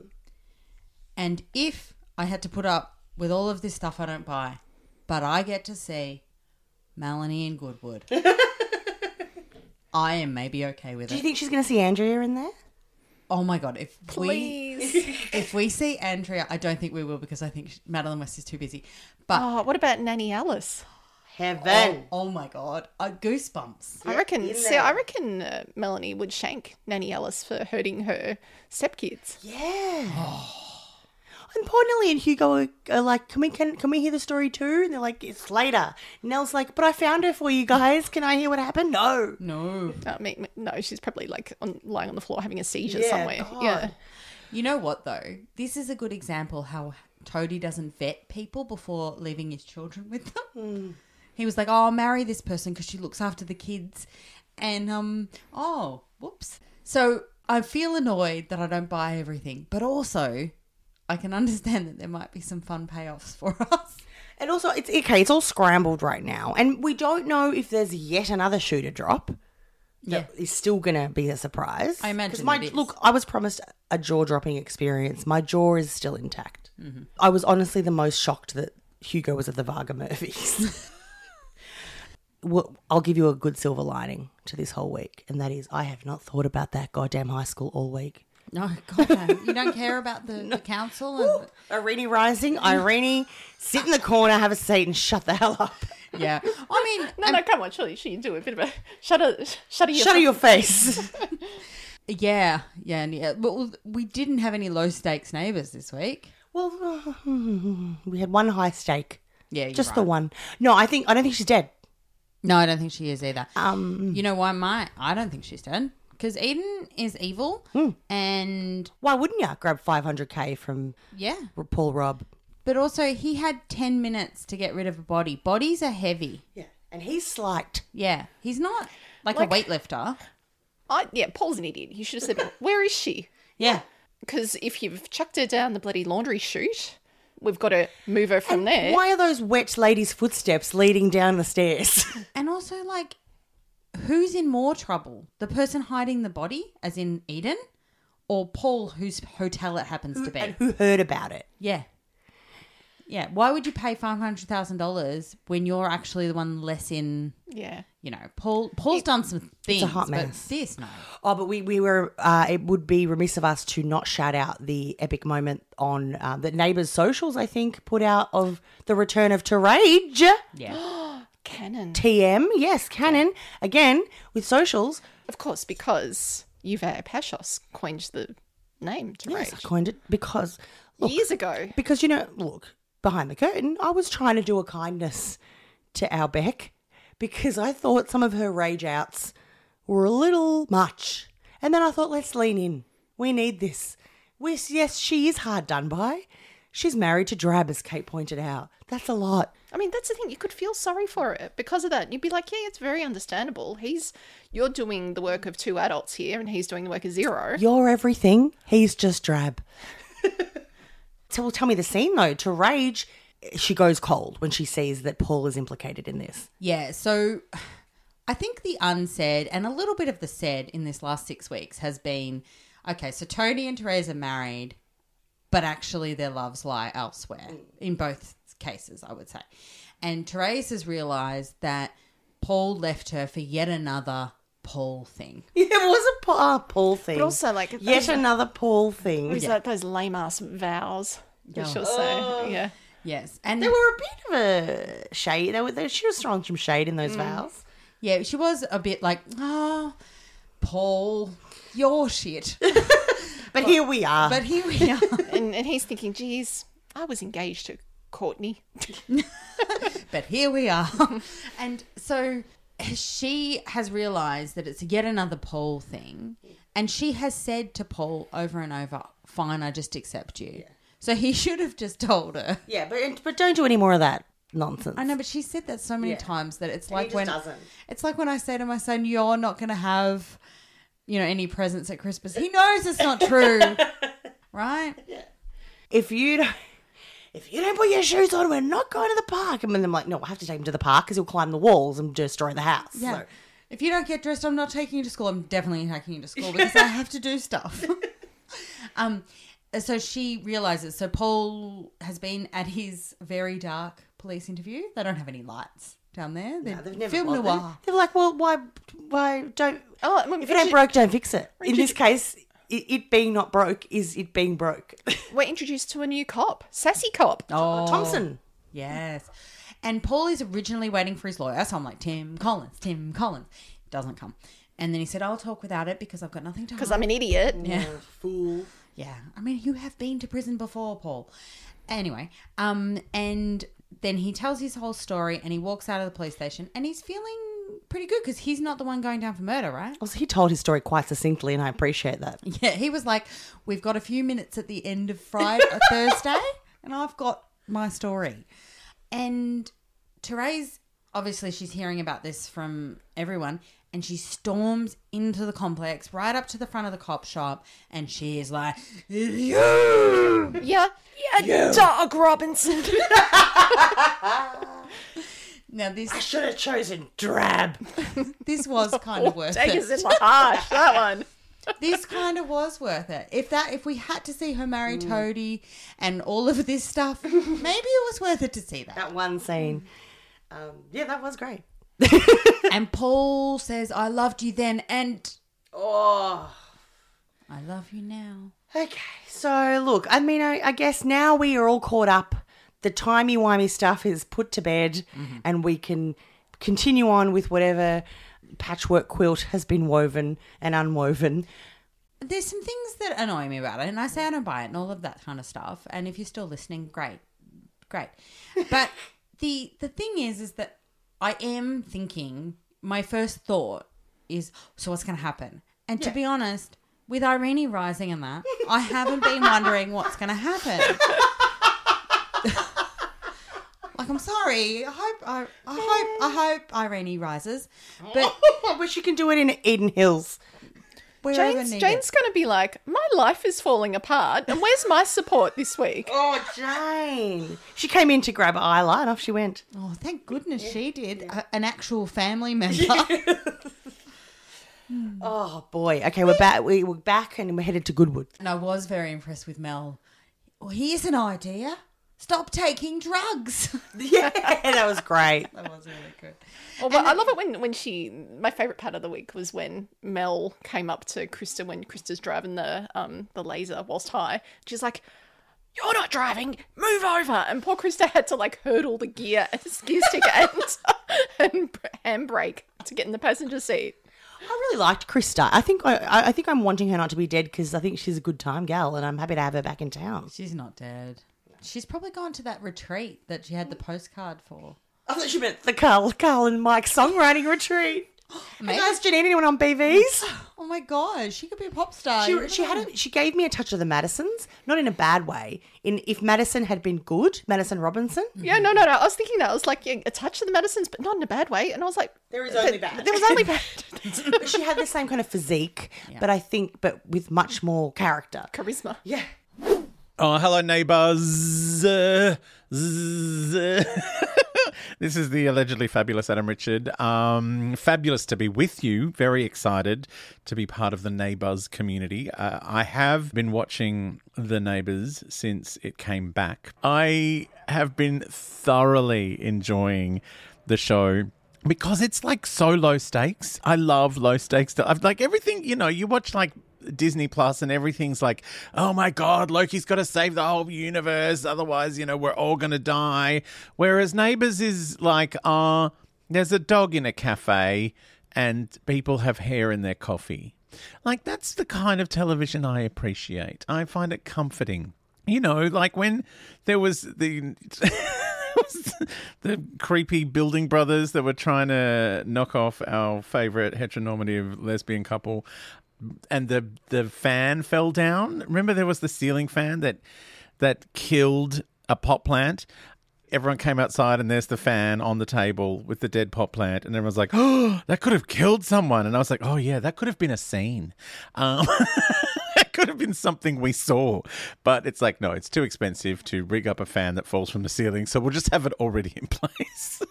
S4: And if I had to put up with all of this stuff I don't buy, but I get to see Melanie and Goodwood, I am maybe okay with
S2: Do you
S4: it.
S2: think she's going to see Andrea in there?
S4: Oh my god, if we
S3: Please.
S4: if we see Andrea, I don't think we will because I think she- Madeline West is too busy. But
S3: oh, what about Nanny Alice?
S2: Heaven.
S4: oh my god, uh, goosebumps.
S3: I reckon. See, I reckon uh, Melanie would shank Nanny Alice for hurting her stepkids.
S2: Yeah. And poor Nellie and Hugo are, are like, can we can can we hear the story too? And they're like, it's later. And Nell's like, but I found her for you guys. Can I hear what happened? No.
S4: No.
S3: I mean, Uh, no, she's probably like on, lying on the floor having a seizure
S2: Yeah,
S3: somewhere.
S2: God.
S3: Yeah.
S4: You know what though? This is a good example how Toadie doesn't vet people before leaving his children with them. He was like, "Oh, I'll marry this person because she looks after the kids," and um, oh, whoops. So I feel annoyed that I don't buy everything, but also I can understand that there might be some fun payoffs for us.
S2: And also, it's okay. It's all scrambled right now, and we don't know if there's yet another shoe to drop.
S4: Yeah.
S2: that is still going to be a surprise.
S4: I imagine
S2: 'Cause my
S4: it is.
S2: look, I was promised a jaw dropping experience. My jaw is still intact.
S4: Mm-hmm.
S2: I was honestly the most shocked that Hugo was at the Varga Murphys. well, I'll give you a good silver lining to this whole week, and that is I have not thought about that goddamn high school all week.
S4: No, God, no. you don't care about the, the council and.
S2: Irene rising, Irene, sit in the corner, have a seat, and shut the hell up.
S4: Yeah, I mean,
S3: No, no, come on, surely she can do a bit of a shudder, shudder your
S2: Shut your face.
S4: yeah, yeah, and yeah. But we didn't have any low stakes neighbours this week.
S2: Well, we had one high stake,
S4: Yeah, you're
S2: just
S4: right.
S2: the one. No, I think I don't think she's dead.
S4: No, I don't think she is either. Um, you know why? My I don't think she's dead because Eden is evil, and
S2: Why wouldn't you grab 500k from
S4: yeah,
S2: Paul Rob?
S4: but also he had ten minutes to get rid of a body. Bodies are heavy.
S2: Yeah, and he's slight.
S4: Yeah, he's not like, a weightlifter.
S3: I, yeah, Paul's an idiot. You should have said, "Where is she?"
S2: Yeah,
S3: Because if you've chucked her down the bloody laundry chute, we've got to move her from there.
S2: why are those wet ladies' footsteps leading down the stairs?
S4: And also, like, who's in more trouble? The person hiding the body, as in Eden, or Paul, whose hotel it happens to be?
S2: and who heard about it?
S4: Yeah. Yeah. Why would you pay five hundred thousand dollars when you're actually the one less in?
S3: Yeah,
S4: You know, Paul. Paul's done some things,
S2: hot
S4: but
S2: mess.
S4: this no.
S2: Oh, but we, we were, uh, it would be remiss of us to not shout out the epic moment on uh, that Neighbours Socials, I think, put out of the return of Terrage.
S4: Yeah.
S3: canon.
S2: TM, yes, canon. Again, with socials,
S3: Of course, because Juve Pashos coined the name to
S2: yes, I
S3: rage
S2: coined it because look,
S3: years ago.
S2: because you know, look behind the curtain. I was trying to do a kindness to our Beck because I thought some of her rage outs were a little much, and then I thought, let's lean in. We need this. We, yes, she is hard done by. She's married to Drab, as Kate pointed out. That's a lot.
S3: I mean, that's the thing. You could feel sorry for it because of that. You'd be like, "Yeah, it's very understandable. He's you're doing the work of two adults here, and he's doing the work of zero.
S2: You're everything. He's just drab. so, well, tell me the scene though. To rage, she goes cold when she sees that Paul is implicated in this.
S4: Yeah. So, I think the unsaid and a little bit of the said in this last six weeks has been, okay. So Tony and Therese are married, but actually their loves lie elsewhere.
S2: Mm.
S4: In both cases, I would say. And Therese has realised that Paul left her for yet another Paul thing.
S2: It was a Pa- ah, Paul thing.
S3: But also, like,
S2: yet
S3: those-
S2: another Paul thing.
S3: It's like those lame ass vows. that she'll say. Yeah.
S4: Yes. And
S2: They were a bit of a shade. They were, they, she was throwing some shade in those vows.
S4: Yeah, she was a bit like, oh, Paul, you're shit.
S2: But here we are.
S4: But here we are.
S3: And, and he's thinking, geez, I was engaged to Courtney.
S4: but here we are. And so she has realized that it's yet another Paul thing. And she has said to Paul over and over, fine, I just accept you. So he should have just told her.
S2: yeah, but but don't do any more of that nonsense.
S4: I know, but she said that so many
S2: Yeah.
S4: times that it's
S2: he
S4: like
S2: just
S4: when
S2: doesn't.
S4: it's like when I say to my son, "You're not going to have, you know, any presents at Christmas." He knows it's not true, right?
S2: If you don't. If you don't put your shoes on, we're not going to the park. And then I'm like, no, I have to take him to the park because he'll climb the walls and destroy the house.
S4: Yeah.
S2: So-
S4: If you don't get dressed, I'm not taking you to school. I'm definitely taking you to school because I have to do stuff. um, so she realizes. So Paul has been at his very dark police interview. They don't have any lights down there. They're
S2: They've never
S4: film
S2: bothered.
S4: noir.
S2: They're like, well, why, why don't?
S3: Oh, I mean,
S2: if it ain't
S3: actually-
S2: broke, don't fix it. In
S3: Richard-
S2: this case, it, it being not broke is it being broke.
S3: We're introduced to a new cop, sassy cop.
S4: Oh,
S2: Thompson,
S4: Yes. And Paul is originally waiting for his lawyer, so I'm like, Tim Collins, Tim Collins. Doesn't come. And then he said, I'll talk without it because I've got nothing to
S3: because
S4: hide.
S3: I'm an idiot.
S4: yeah.
S1: Fool.
S4: Yeah. I mean, you have been to prison before, Paul. Anyway, um, and then he tells his whole story and he walks out of the police station and he's feeling pretty good because he's not the one going down for murder, right?
S2: Also, he told his story quite succinctly, and I appreciate that.
S4: Yeah, he was like, "We've got a few minutes at the end of Friday, uh, Thursday, and I've got my story." And Therese, obviously, she's hearing about this from everyone, and she storms into the complex, right up to the front of the cop shop, and she is like, "You!"
S3: Yeah, yeah, Doug Robinson.
S4: Now this
S5: Should have chosen drab.
S4: this was kind of worth
S3: Take us
S4: it.
S3: in my harsh that one.
S4: This kind of was worth it. If that, if we had to see her marry Toadie and all of this stuff, maybe it was worth it to see that.
S2: That one scene. Um, yeah, that was great.
S4: And Paul says, I loved you then and Oh I love you now.
S2: Okay, so look, I mean, I, I guess now we are all caught up. The timey wimey stuff is put to bed, and we can continue on with whatever patchwork quilt has been woven and unwoven.
S4: There's some things that annoy me about it, and I say I don't buy it and all of that kind of stuff. And if you're still listening, great. Great. But the the thing is is that I am thinking my first thought is so what's gonna happen? And to be honest, with Irene rising and that, I haven't been wondering what's gonna happen. Like I'm sorry. I hope I, I hope I hope Irene rises, but
S2: I wish you can do it in Eden Hills.
S4: wherever
S3: Jane's
S4: needed.
S3: Jane's gonna be like, my life is falling apart, and where's my support this week?
S2: Oh, Jane. She came in to grab Isla, and off she went.
S4: Oh, thank goodness she did. A, an actual family member.
S2: Oh boy. Okay, we're back. We were back, and we're headed to Goodwood.
S4: And I was very impressed with Mel. Well, here's an idea. Stop taking drugs.
S2: Yeah, that was great.
S4: that was really good.
S3: Well, I love it when when she. My favorite part of the week was when Mel came up to Krista when Krista's driving the um the laser whilst high. She's like. You're not driving. Move over. And poor Krista had to like hurdle the gear, gear stick, and, and handbrake to get in the passenger seat.
S2: I really liked Krista. I think I, I I think I'm wanting her not to be dead because I think she's a good time gal, and I'm happy to have her back in town.
S4: She's not dead. She's probably gone to that retreat that she had the postcard for.
S2: I thought you meant the Carl, Carl and Mike songwriting retreat. Hey
S4: Maybe.
S2: guys, Janine, anyone on BVs?
S4: Oh my gosh, she could be a pop star.
S2: She,
S4: You
S2: she
S4: never
S2: had
S4: know.
S2: a, she gave me a touch of the Madisons, not in a bad way. In if Madison had been good, Madison Robinson,
S3: Yeah, no, no, no. I was thinking that. I was like, yeah, a touch of the medicines, but not in a bad way. And I was like,
S2: There is only bad.
S3: There was only bad.
S2: but she had the same kind of physique, but I think but with much more character.
S3: Charisma.
S2: Yeah.
S6: Oh, hello, neighbours. Uh, zzz. this is the allegedly fabulous Adam Richard. Um, fabulous to be with you. Very excited to be part of the neighbours community. Uh, I have been watching The Neighbours since it came back. I have been thoroughly enjoying the show because it's like so low stakes. I love low stakes stuff. I've like everything, you know, you watch like Disney Plus and everything's like, oh my God, Loki's got to save the whole universe. Otherwise, you know, we're all going to die. Whereas Neighbors is like, ah, there's a dog in a cafe and people have hair in their coffee. Like, that's the kind of television I appreciate. I find it comforting. You know, like when there was the. the creepy building brothers that were trying to knock off our favorite heteronormative lesbian couple and the the fan fell down remember there was the ceiling fan that that killed a pot plant everyone came outside and there's the fan on the table with the dead pot plant and everyone's like oh that could have killed someone and i was like oh yeah that could have been a scene um That could have been something we saw, but it's like, no, it's too expensive to rig up a fan that falls from the ceiling, so we'll just have it already in place.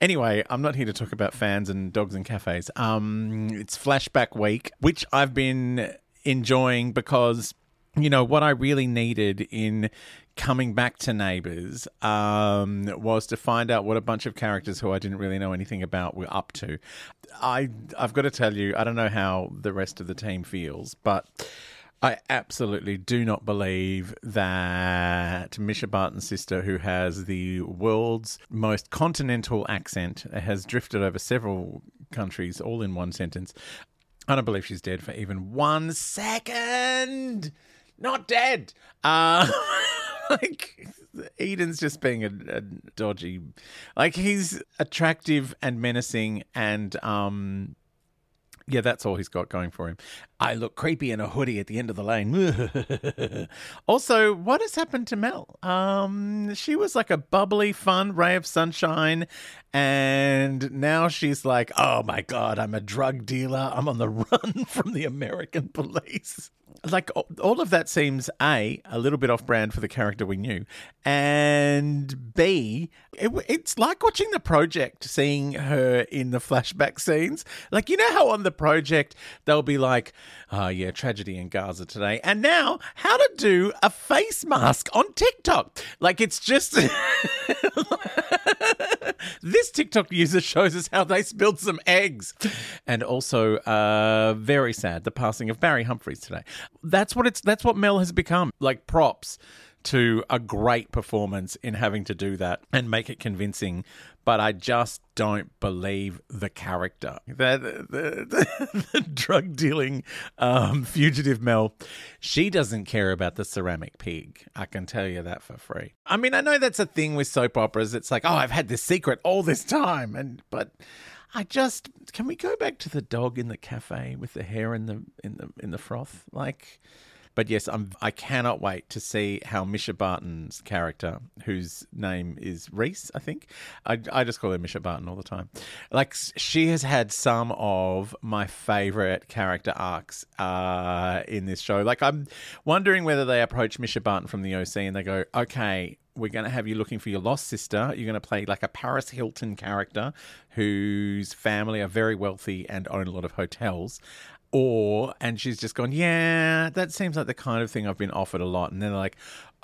S6: anyway, I'm not here to talk about fans and dogs and cafes. Um, it's flashback week, which I've been enjoying because you know what I really needed in coming back to Neighbours um, was to find out what a bunch of characters who I didn't really know anything about were up to. I I've got to tell you, I don't know how the rest of the team feels, but. I absolutely do not believe that Misha Barton's sister, who has the world's most continental accent, has drifted over several countries all in one sentence, I don't believe she's dead for even one second. Not dead. Uh, like Eden's just being a, a dodgy. Like he's attractive and menacing, and um, yeah, that's all he's got going for him. I look creepy in a hoodie at the end of the lane. also, what has happened to Mel? Um, she was like a bubbly, fun ray of sunshine, and now she's like, oh my god, I'm a drug dealer. I'm on the run from the American police. Like a- all of that seems a a little bit off brand for the character we knew, and b it, it's like watching the project, seeing her in the flashback scenes. Like you know how on the project they'll be like, oh yeah, tragedy in Gaza today, and now how to do a face mask on TikTok. Like it's just this TikTok user shows us how they spilled some eggs. And also, uh, very sad, the passing of Barry Humphries today. That's what it's. That's what Mel has become. Like props to a great performance in having to do that and make it convincing. But I just don't believe the character. That the, the, the drug dealing um, fugitive Mel, she doesn't care about the ceramic pig. I can tell you that for free. I mean, I know that's a thing with soap operas. It's like, oh, I've had this secret all this time, and but I just can we go back to the dog in the cafe with the hair in the in the in the froth? Like but yes, I'm I cannot wait to see how Misha Barton's character, whose name is Reese, I think. I, I just call her Misha Barton all the time. Like s- she has had some of my favorite character arcs uh, in this show. Like I'm wondering whether they approach Misha Barton from the OC and they go, okay, we're going to have you looking for your lost sister. You're going to play like a Paris Hilton character whose family are very wealthy and own a lot of hotels. Or, and she's just gone, yeah, that seems like the kind of thing I've been offered a lot. And then they're like,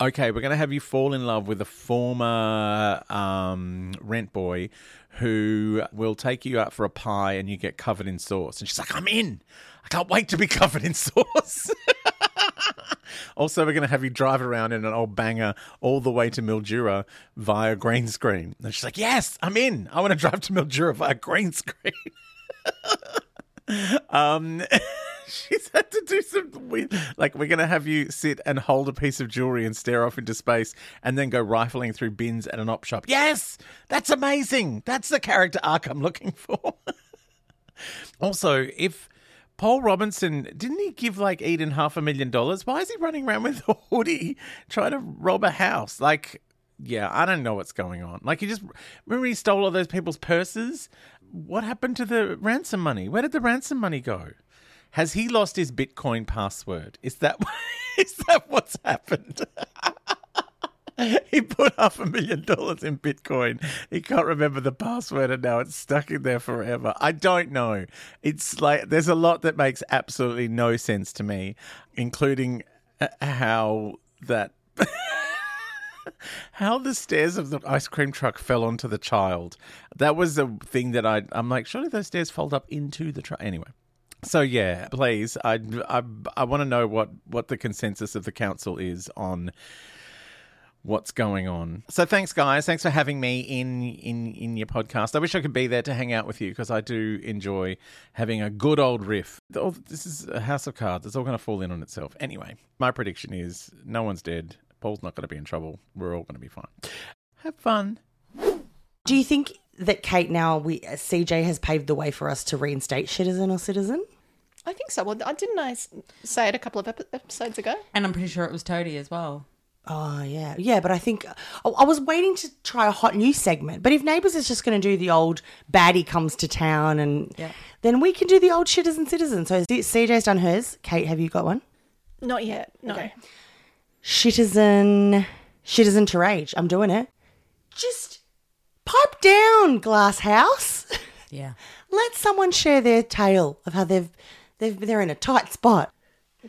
S6: okay, we're going to have you fall in love with a former um, rent boy who will take you out for a pie and you get covered in sauce. And she's like, I'm in. I can't wait to be covered in sauce. Also, we're going to have you drive around in an old banger all the way to Mildura via green screen. And she's like, Yes, I'm in. I want to drive to Mildura via green screen. um, she's had to do some weird. Like, we're going to have you sit and hold a piece of jewelry and stare off into space and then go rifling through bins at an op shop. Yes, that's amazing. That's the character arc I'm looking for. Also, if Paul Robinson didn't he give like Eden half a million dollars? Why is he running around with a hoodie trying to rob a house? Like, yeah, I don't know what's going on. Like, he just remember he stole all those people's purses. What happened to the ransom money? Where did the ransom money go? Has he lost his Bitcoin password? Is that is that what's happened? he put half a million dollars in Bitcoin. He can't remember the password, and now it's stuck in there forever. I don't know. It's like there's a lot that makes absolutely no sense to me, including uh, how that. How the stairs of the ice cream truck fell onto the child. That was the thing that I, I'm like, surely those stairs fold up into the truck. Anyway, so yeah, please, I, I, I want to know what, what the consensus of the council is on what's going on. So thanks guys, thanks for having me in in in your podcast. I wish I could be there to hang out with you because I do enjoy having a good old riff. Oh, This is a house of cards. It's all going to fall in on itself. Anyway, my prediction is no one's dead. Paul's not going to be in trouble. We're all going to be fine. Have fun.
S2: Do you think that Kate now we uh, CJ has paved the way for us to reinstate citizen or citizen?
S3: I think so. Well, I didn't I s- say it a couple of epi- episodes ago?
S4: And I'm pretty sure it was Toadie as well.
S2: Oh yeah, yeah. But I think oh, I was waiting to try a hot new segment. But if Neighbours is just going to do the old baddie comes to town, and
S4: Yeah.
S2: then we can do the old shitters and citizens. So C- CJ's done hers. Kate, have you got one?
S3: Not yet. No.
S2: Shitizen, shitizen to rage. I'm doing it. Just pipe down, Glass House.
S4: Yeah.
S2: Let someone share their tale of how they've, they've they're in a tight spot.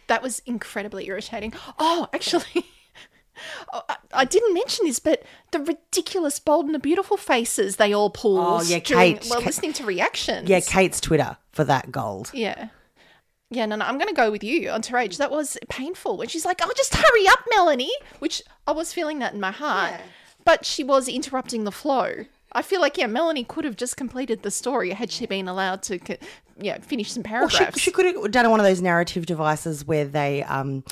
S3: That was incredibly irritating. Oh, actually, oh, I, I didn't mention this, but the ridiculous bold and the beautiful faces they all pulled
S2: Oh, yeah,
S3: during
S2: Kate,
S3: while
S2: Kate-
S3: listening to reactions.
S2: Yeah, Kate's Twitter for that gold.
S3: Yeah. Yeah, no, no, I'm going to go with you on Rage. That was painful when she's like, oh, just hurry up, Melanie, which I was feeling that in my heart. But she was interrupting the flow. I feel like yeah, Melanie could have just completed the story had she been allowed to, co- yeah, finish some
S2: Well,
S3: paragraphs.
S2: she, she could have done one of those narrative devices where they, um,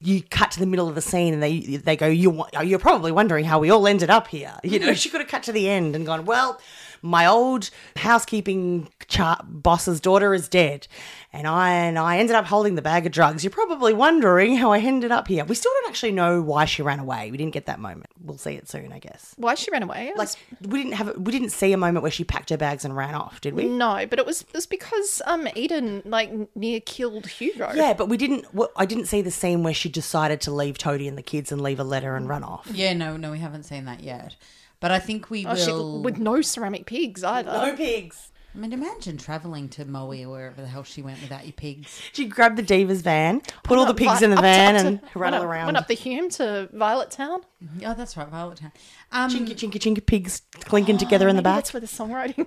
S2: you cut to the middle of the scene and they they go, you wa- you're probably wondering how we all ended up here. You know, she could have cut to the end and gone, well, my old housekeeping cha- boss's daughter is dead, and I and I ended up holding the bag of drugs. You're probably wondering how I ended up here. We still don't actually know why she ran away. We didn't get that moment. We'll see it soon, I guess.
S3: Why she ran away? It
S2: Like
S3: was-
S2: we didn't have we didn't see a moment where she packed her bags and ran off, did we?
S3: no, but it was it was because um Eden like near killed Hugo.
S2: Yeah, but we didn't. wh- I didn't see the scene where she decided to leave Toadie and the kids and leave a letter and run off.
S4: Yeah, no, no, we haven't seen that yet. But I think we
S3: Oh, she,
S4: will.
S3: with no ceramic pigs either.
S2: pigs.
S4: I mean, imagine traveling to Maui or wherever the hell she went without your pigs.
S2: She grabbed the diva's van, put all the pigs
S3: Vi-
S2: in the
S3: up to-
S2: van,
S3: up to-
S2: and
S3: went
S2: rattle
S3: up-
S2: around.
S3: Went up the Hume to Violet Town.
S4: Oh, that's right, Violet Town. Um,
S2: Chinky, chinky, chinky pigs clinking together in the
S3: Maybe
S2: back.
S3: That's where the songwriting.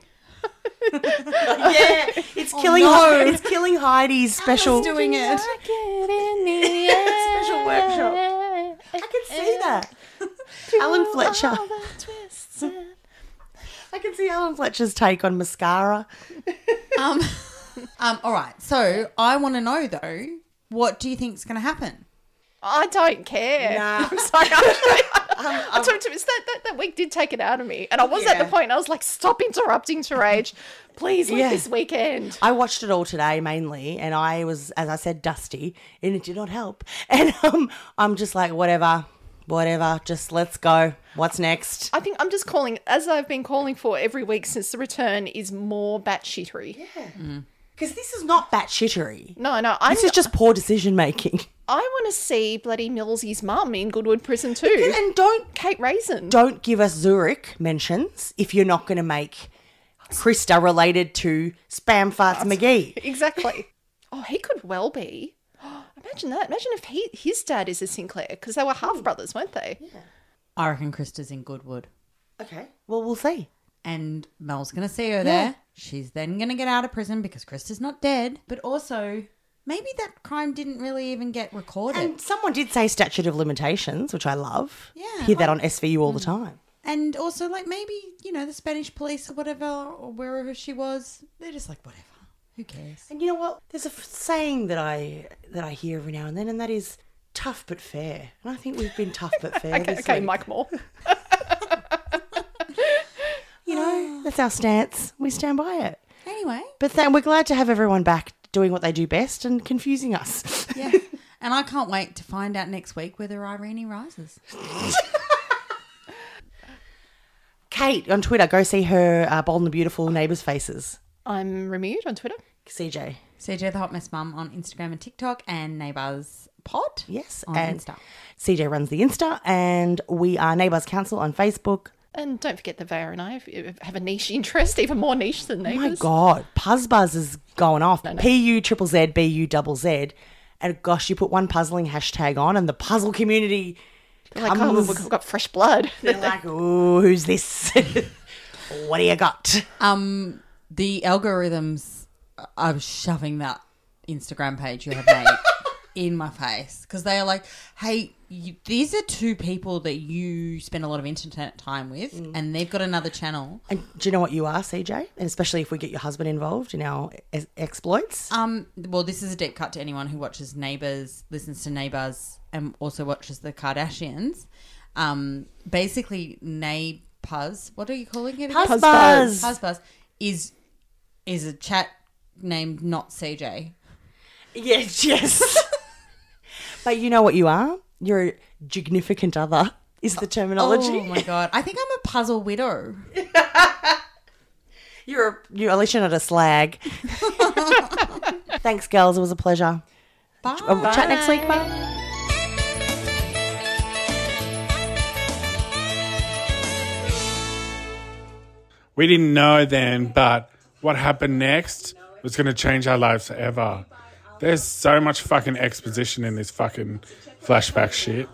S2: yeah, it's killing.
S4: no.
S2: It's killing Heidi's special.
S4: doing it.
S2: special workshop. I can see that. Alan Fletcher. I can see Alan Fletcher's take on mascara.
S4: Um, um, all right. So I want to know though, what do you think's going to happen?
S3: I don't care.
S2: Nah. Um,
S3: I'm sorry. I, I talked to him. That, that, that week did take it out of me. And I was at the
S4: Yeah.
S3: point I was like, stop interrupting to rage. Please leave
S2: Yeah.
S3: this weekend.
S2: I watched it all today mainly, and I was, as I said, dusty, and it did not help. And um, I'm just like, whatever, whatever, just let's go. What's next?
S3: I think I'm just calling, as I've been calling for every week since the return, is more batshittery.
S2: Because this is not batshittery.
S3: No, no. I'm,
S2: This is just poor decision making.
S3: I want to see bloody Millsy's mum in Goodwood Prison too.
S2: And don't
S3: Kate Raisin.
S2: don't give us Zurich mentions if you're not going to make Krista related to Spam Farts McGee.
S3: Exactly. Oh, he could well be. Imagine that. Imagine if he, his dad is a Sinclair because they were
S2: Hmm.
S3: half brothers, weren't they?
S4: I reckon Krista's in Goodwood,
S2: Okay. Well, we'll see.
S4: and Mel's going to see her
S2: Yeah.
S4: there. She's then going to get out of prison because Krista's not dead. But also, maybe that crime didn't really even get recorded.
S2: And someone did say statute of limitations, which I love.
S4: Yeah.
S2: Hear that on SVU all the time.
S4: And also, like, maybe, you know, the Spanish police or whatever, or wherever she was, they're just like, whatever. Who cares?
S2: And you know what? There's a f- saying that I that I hear every now and then, and that is tough but fair. And I think we've been tough but fair.
S3: Okay,
S2: this
S3: okay
S2: week.
S3: Mike Moore.
S2: You
S4: Ah.
S2: know, that's our stance. We stand by it.
S4: Anyway,
S2: But then we're glad to have everyone back doing what they do best and confusing us.
S4: yeah. and I can't wait to find out next week whether Irene rises.
S2: Kate on Twitter, go see her uh, bold and the beautiful neighbours' faces.
S3: I'm Remude on Twitter.
S2: CJ,
S4: CJ the Hot Mess Mum on Instagram and TikTok and Neighbours Pod.
S2: yes,
S4: On
S2: and
S4: Insta.
S2: CJ runs the Insta, and we are Neighbours Council on Facebook.
S3: And don't forget that Vare and I have- have a niche interest, even more niche than
S2: Oh my
S3: neighbours.
S2: god, Puzz Buzz is going off. P U triple Z B U double Z, and gosh, you put one puzzling hashtag on, and the puzzle community
S3: They're like, oh,
S2: comes-
S3: we've got fresh blood.
S2: they're like, "Ooh, who's this? what do you got?"
S4: Um, the algorithms, I was shoving that Instagram page you have made in my face because they are like, hey, you, these are two people that you spend a lot of internet time with,
S2: Mm.
S4: and they've got another channel.
S2: And do you know what you are, CJ? And especially if we get your husband involved in our ex- exploits.
S4: Um, well, this is a deep cut to anyone who watches Neighbours, listens to Neighbours, and also watches the Kardashians. Um, basically, Neighbours, what are you calling it? again?
S2: Puzz Buzz.
S4: Puzz Buzz is is a chat named not CJ.
S2: Yes, yes. but you know what you are? You're a significant other. Is the terminology?
S4: Oh my god! I think I'm a puzzle widow.
S2: You're a, you're at least you're not a slag. Thanks, girls. It was a pleasure.
S4: Bye.
S2: Uh, We'll chat next week. Bye.
S7: We didn't know then, but what happened next was going to change our lives forever. There's so much fucking exposition in this fucking flashback shit.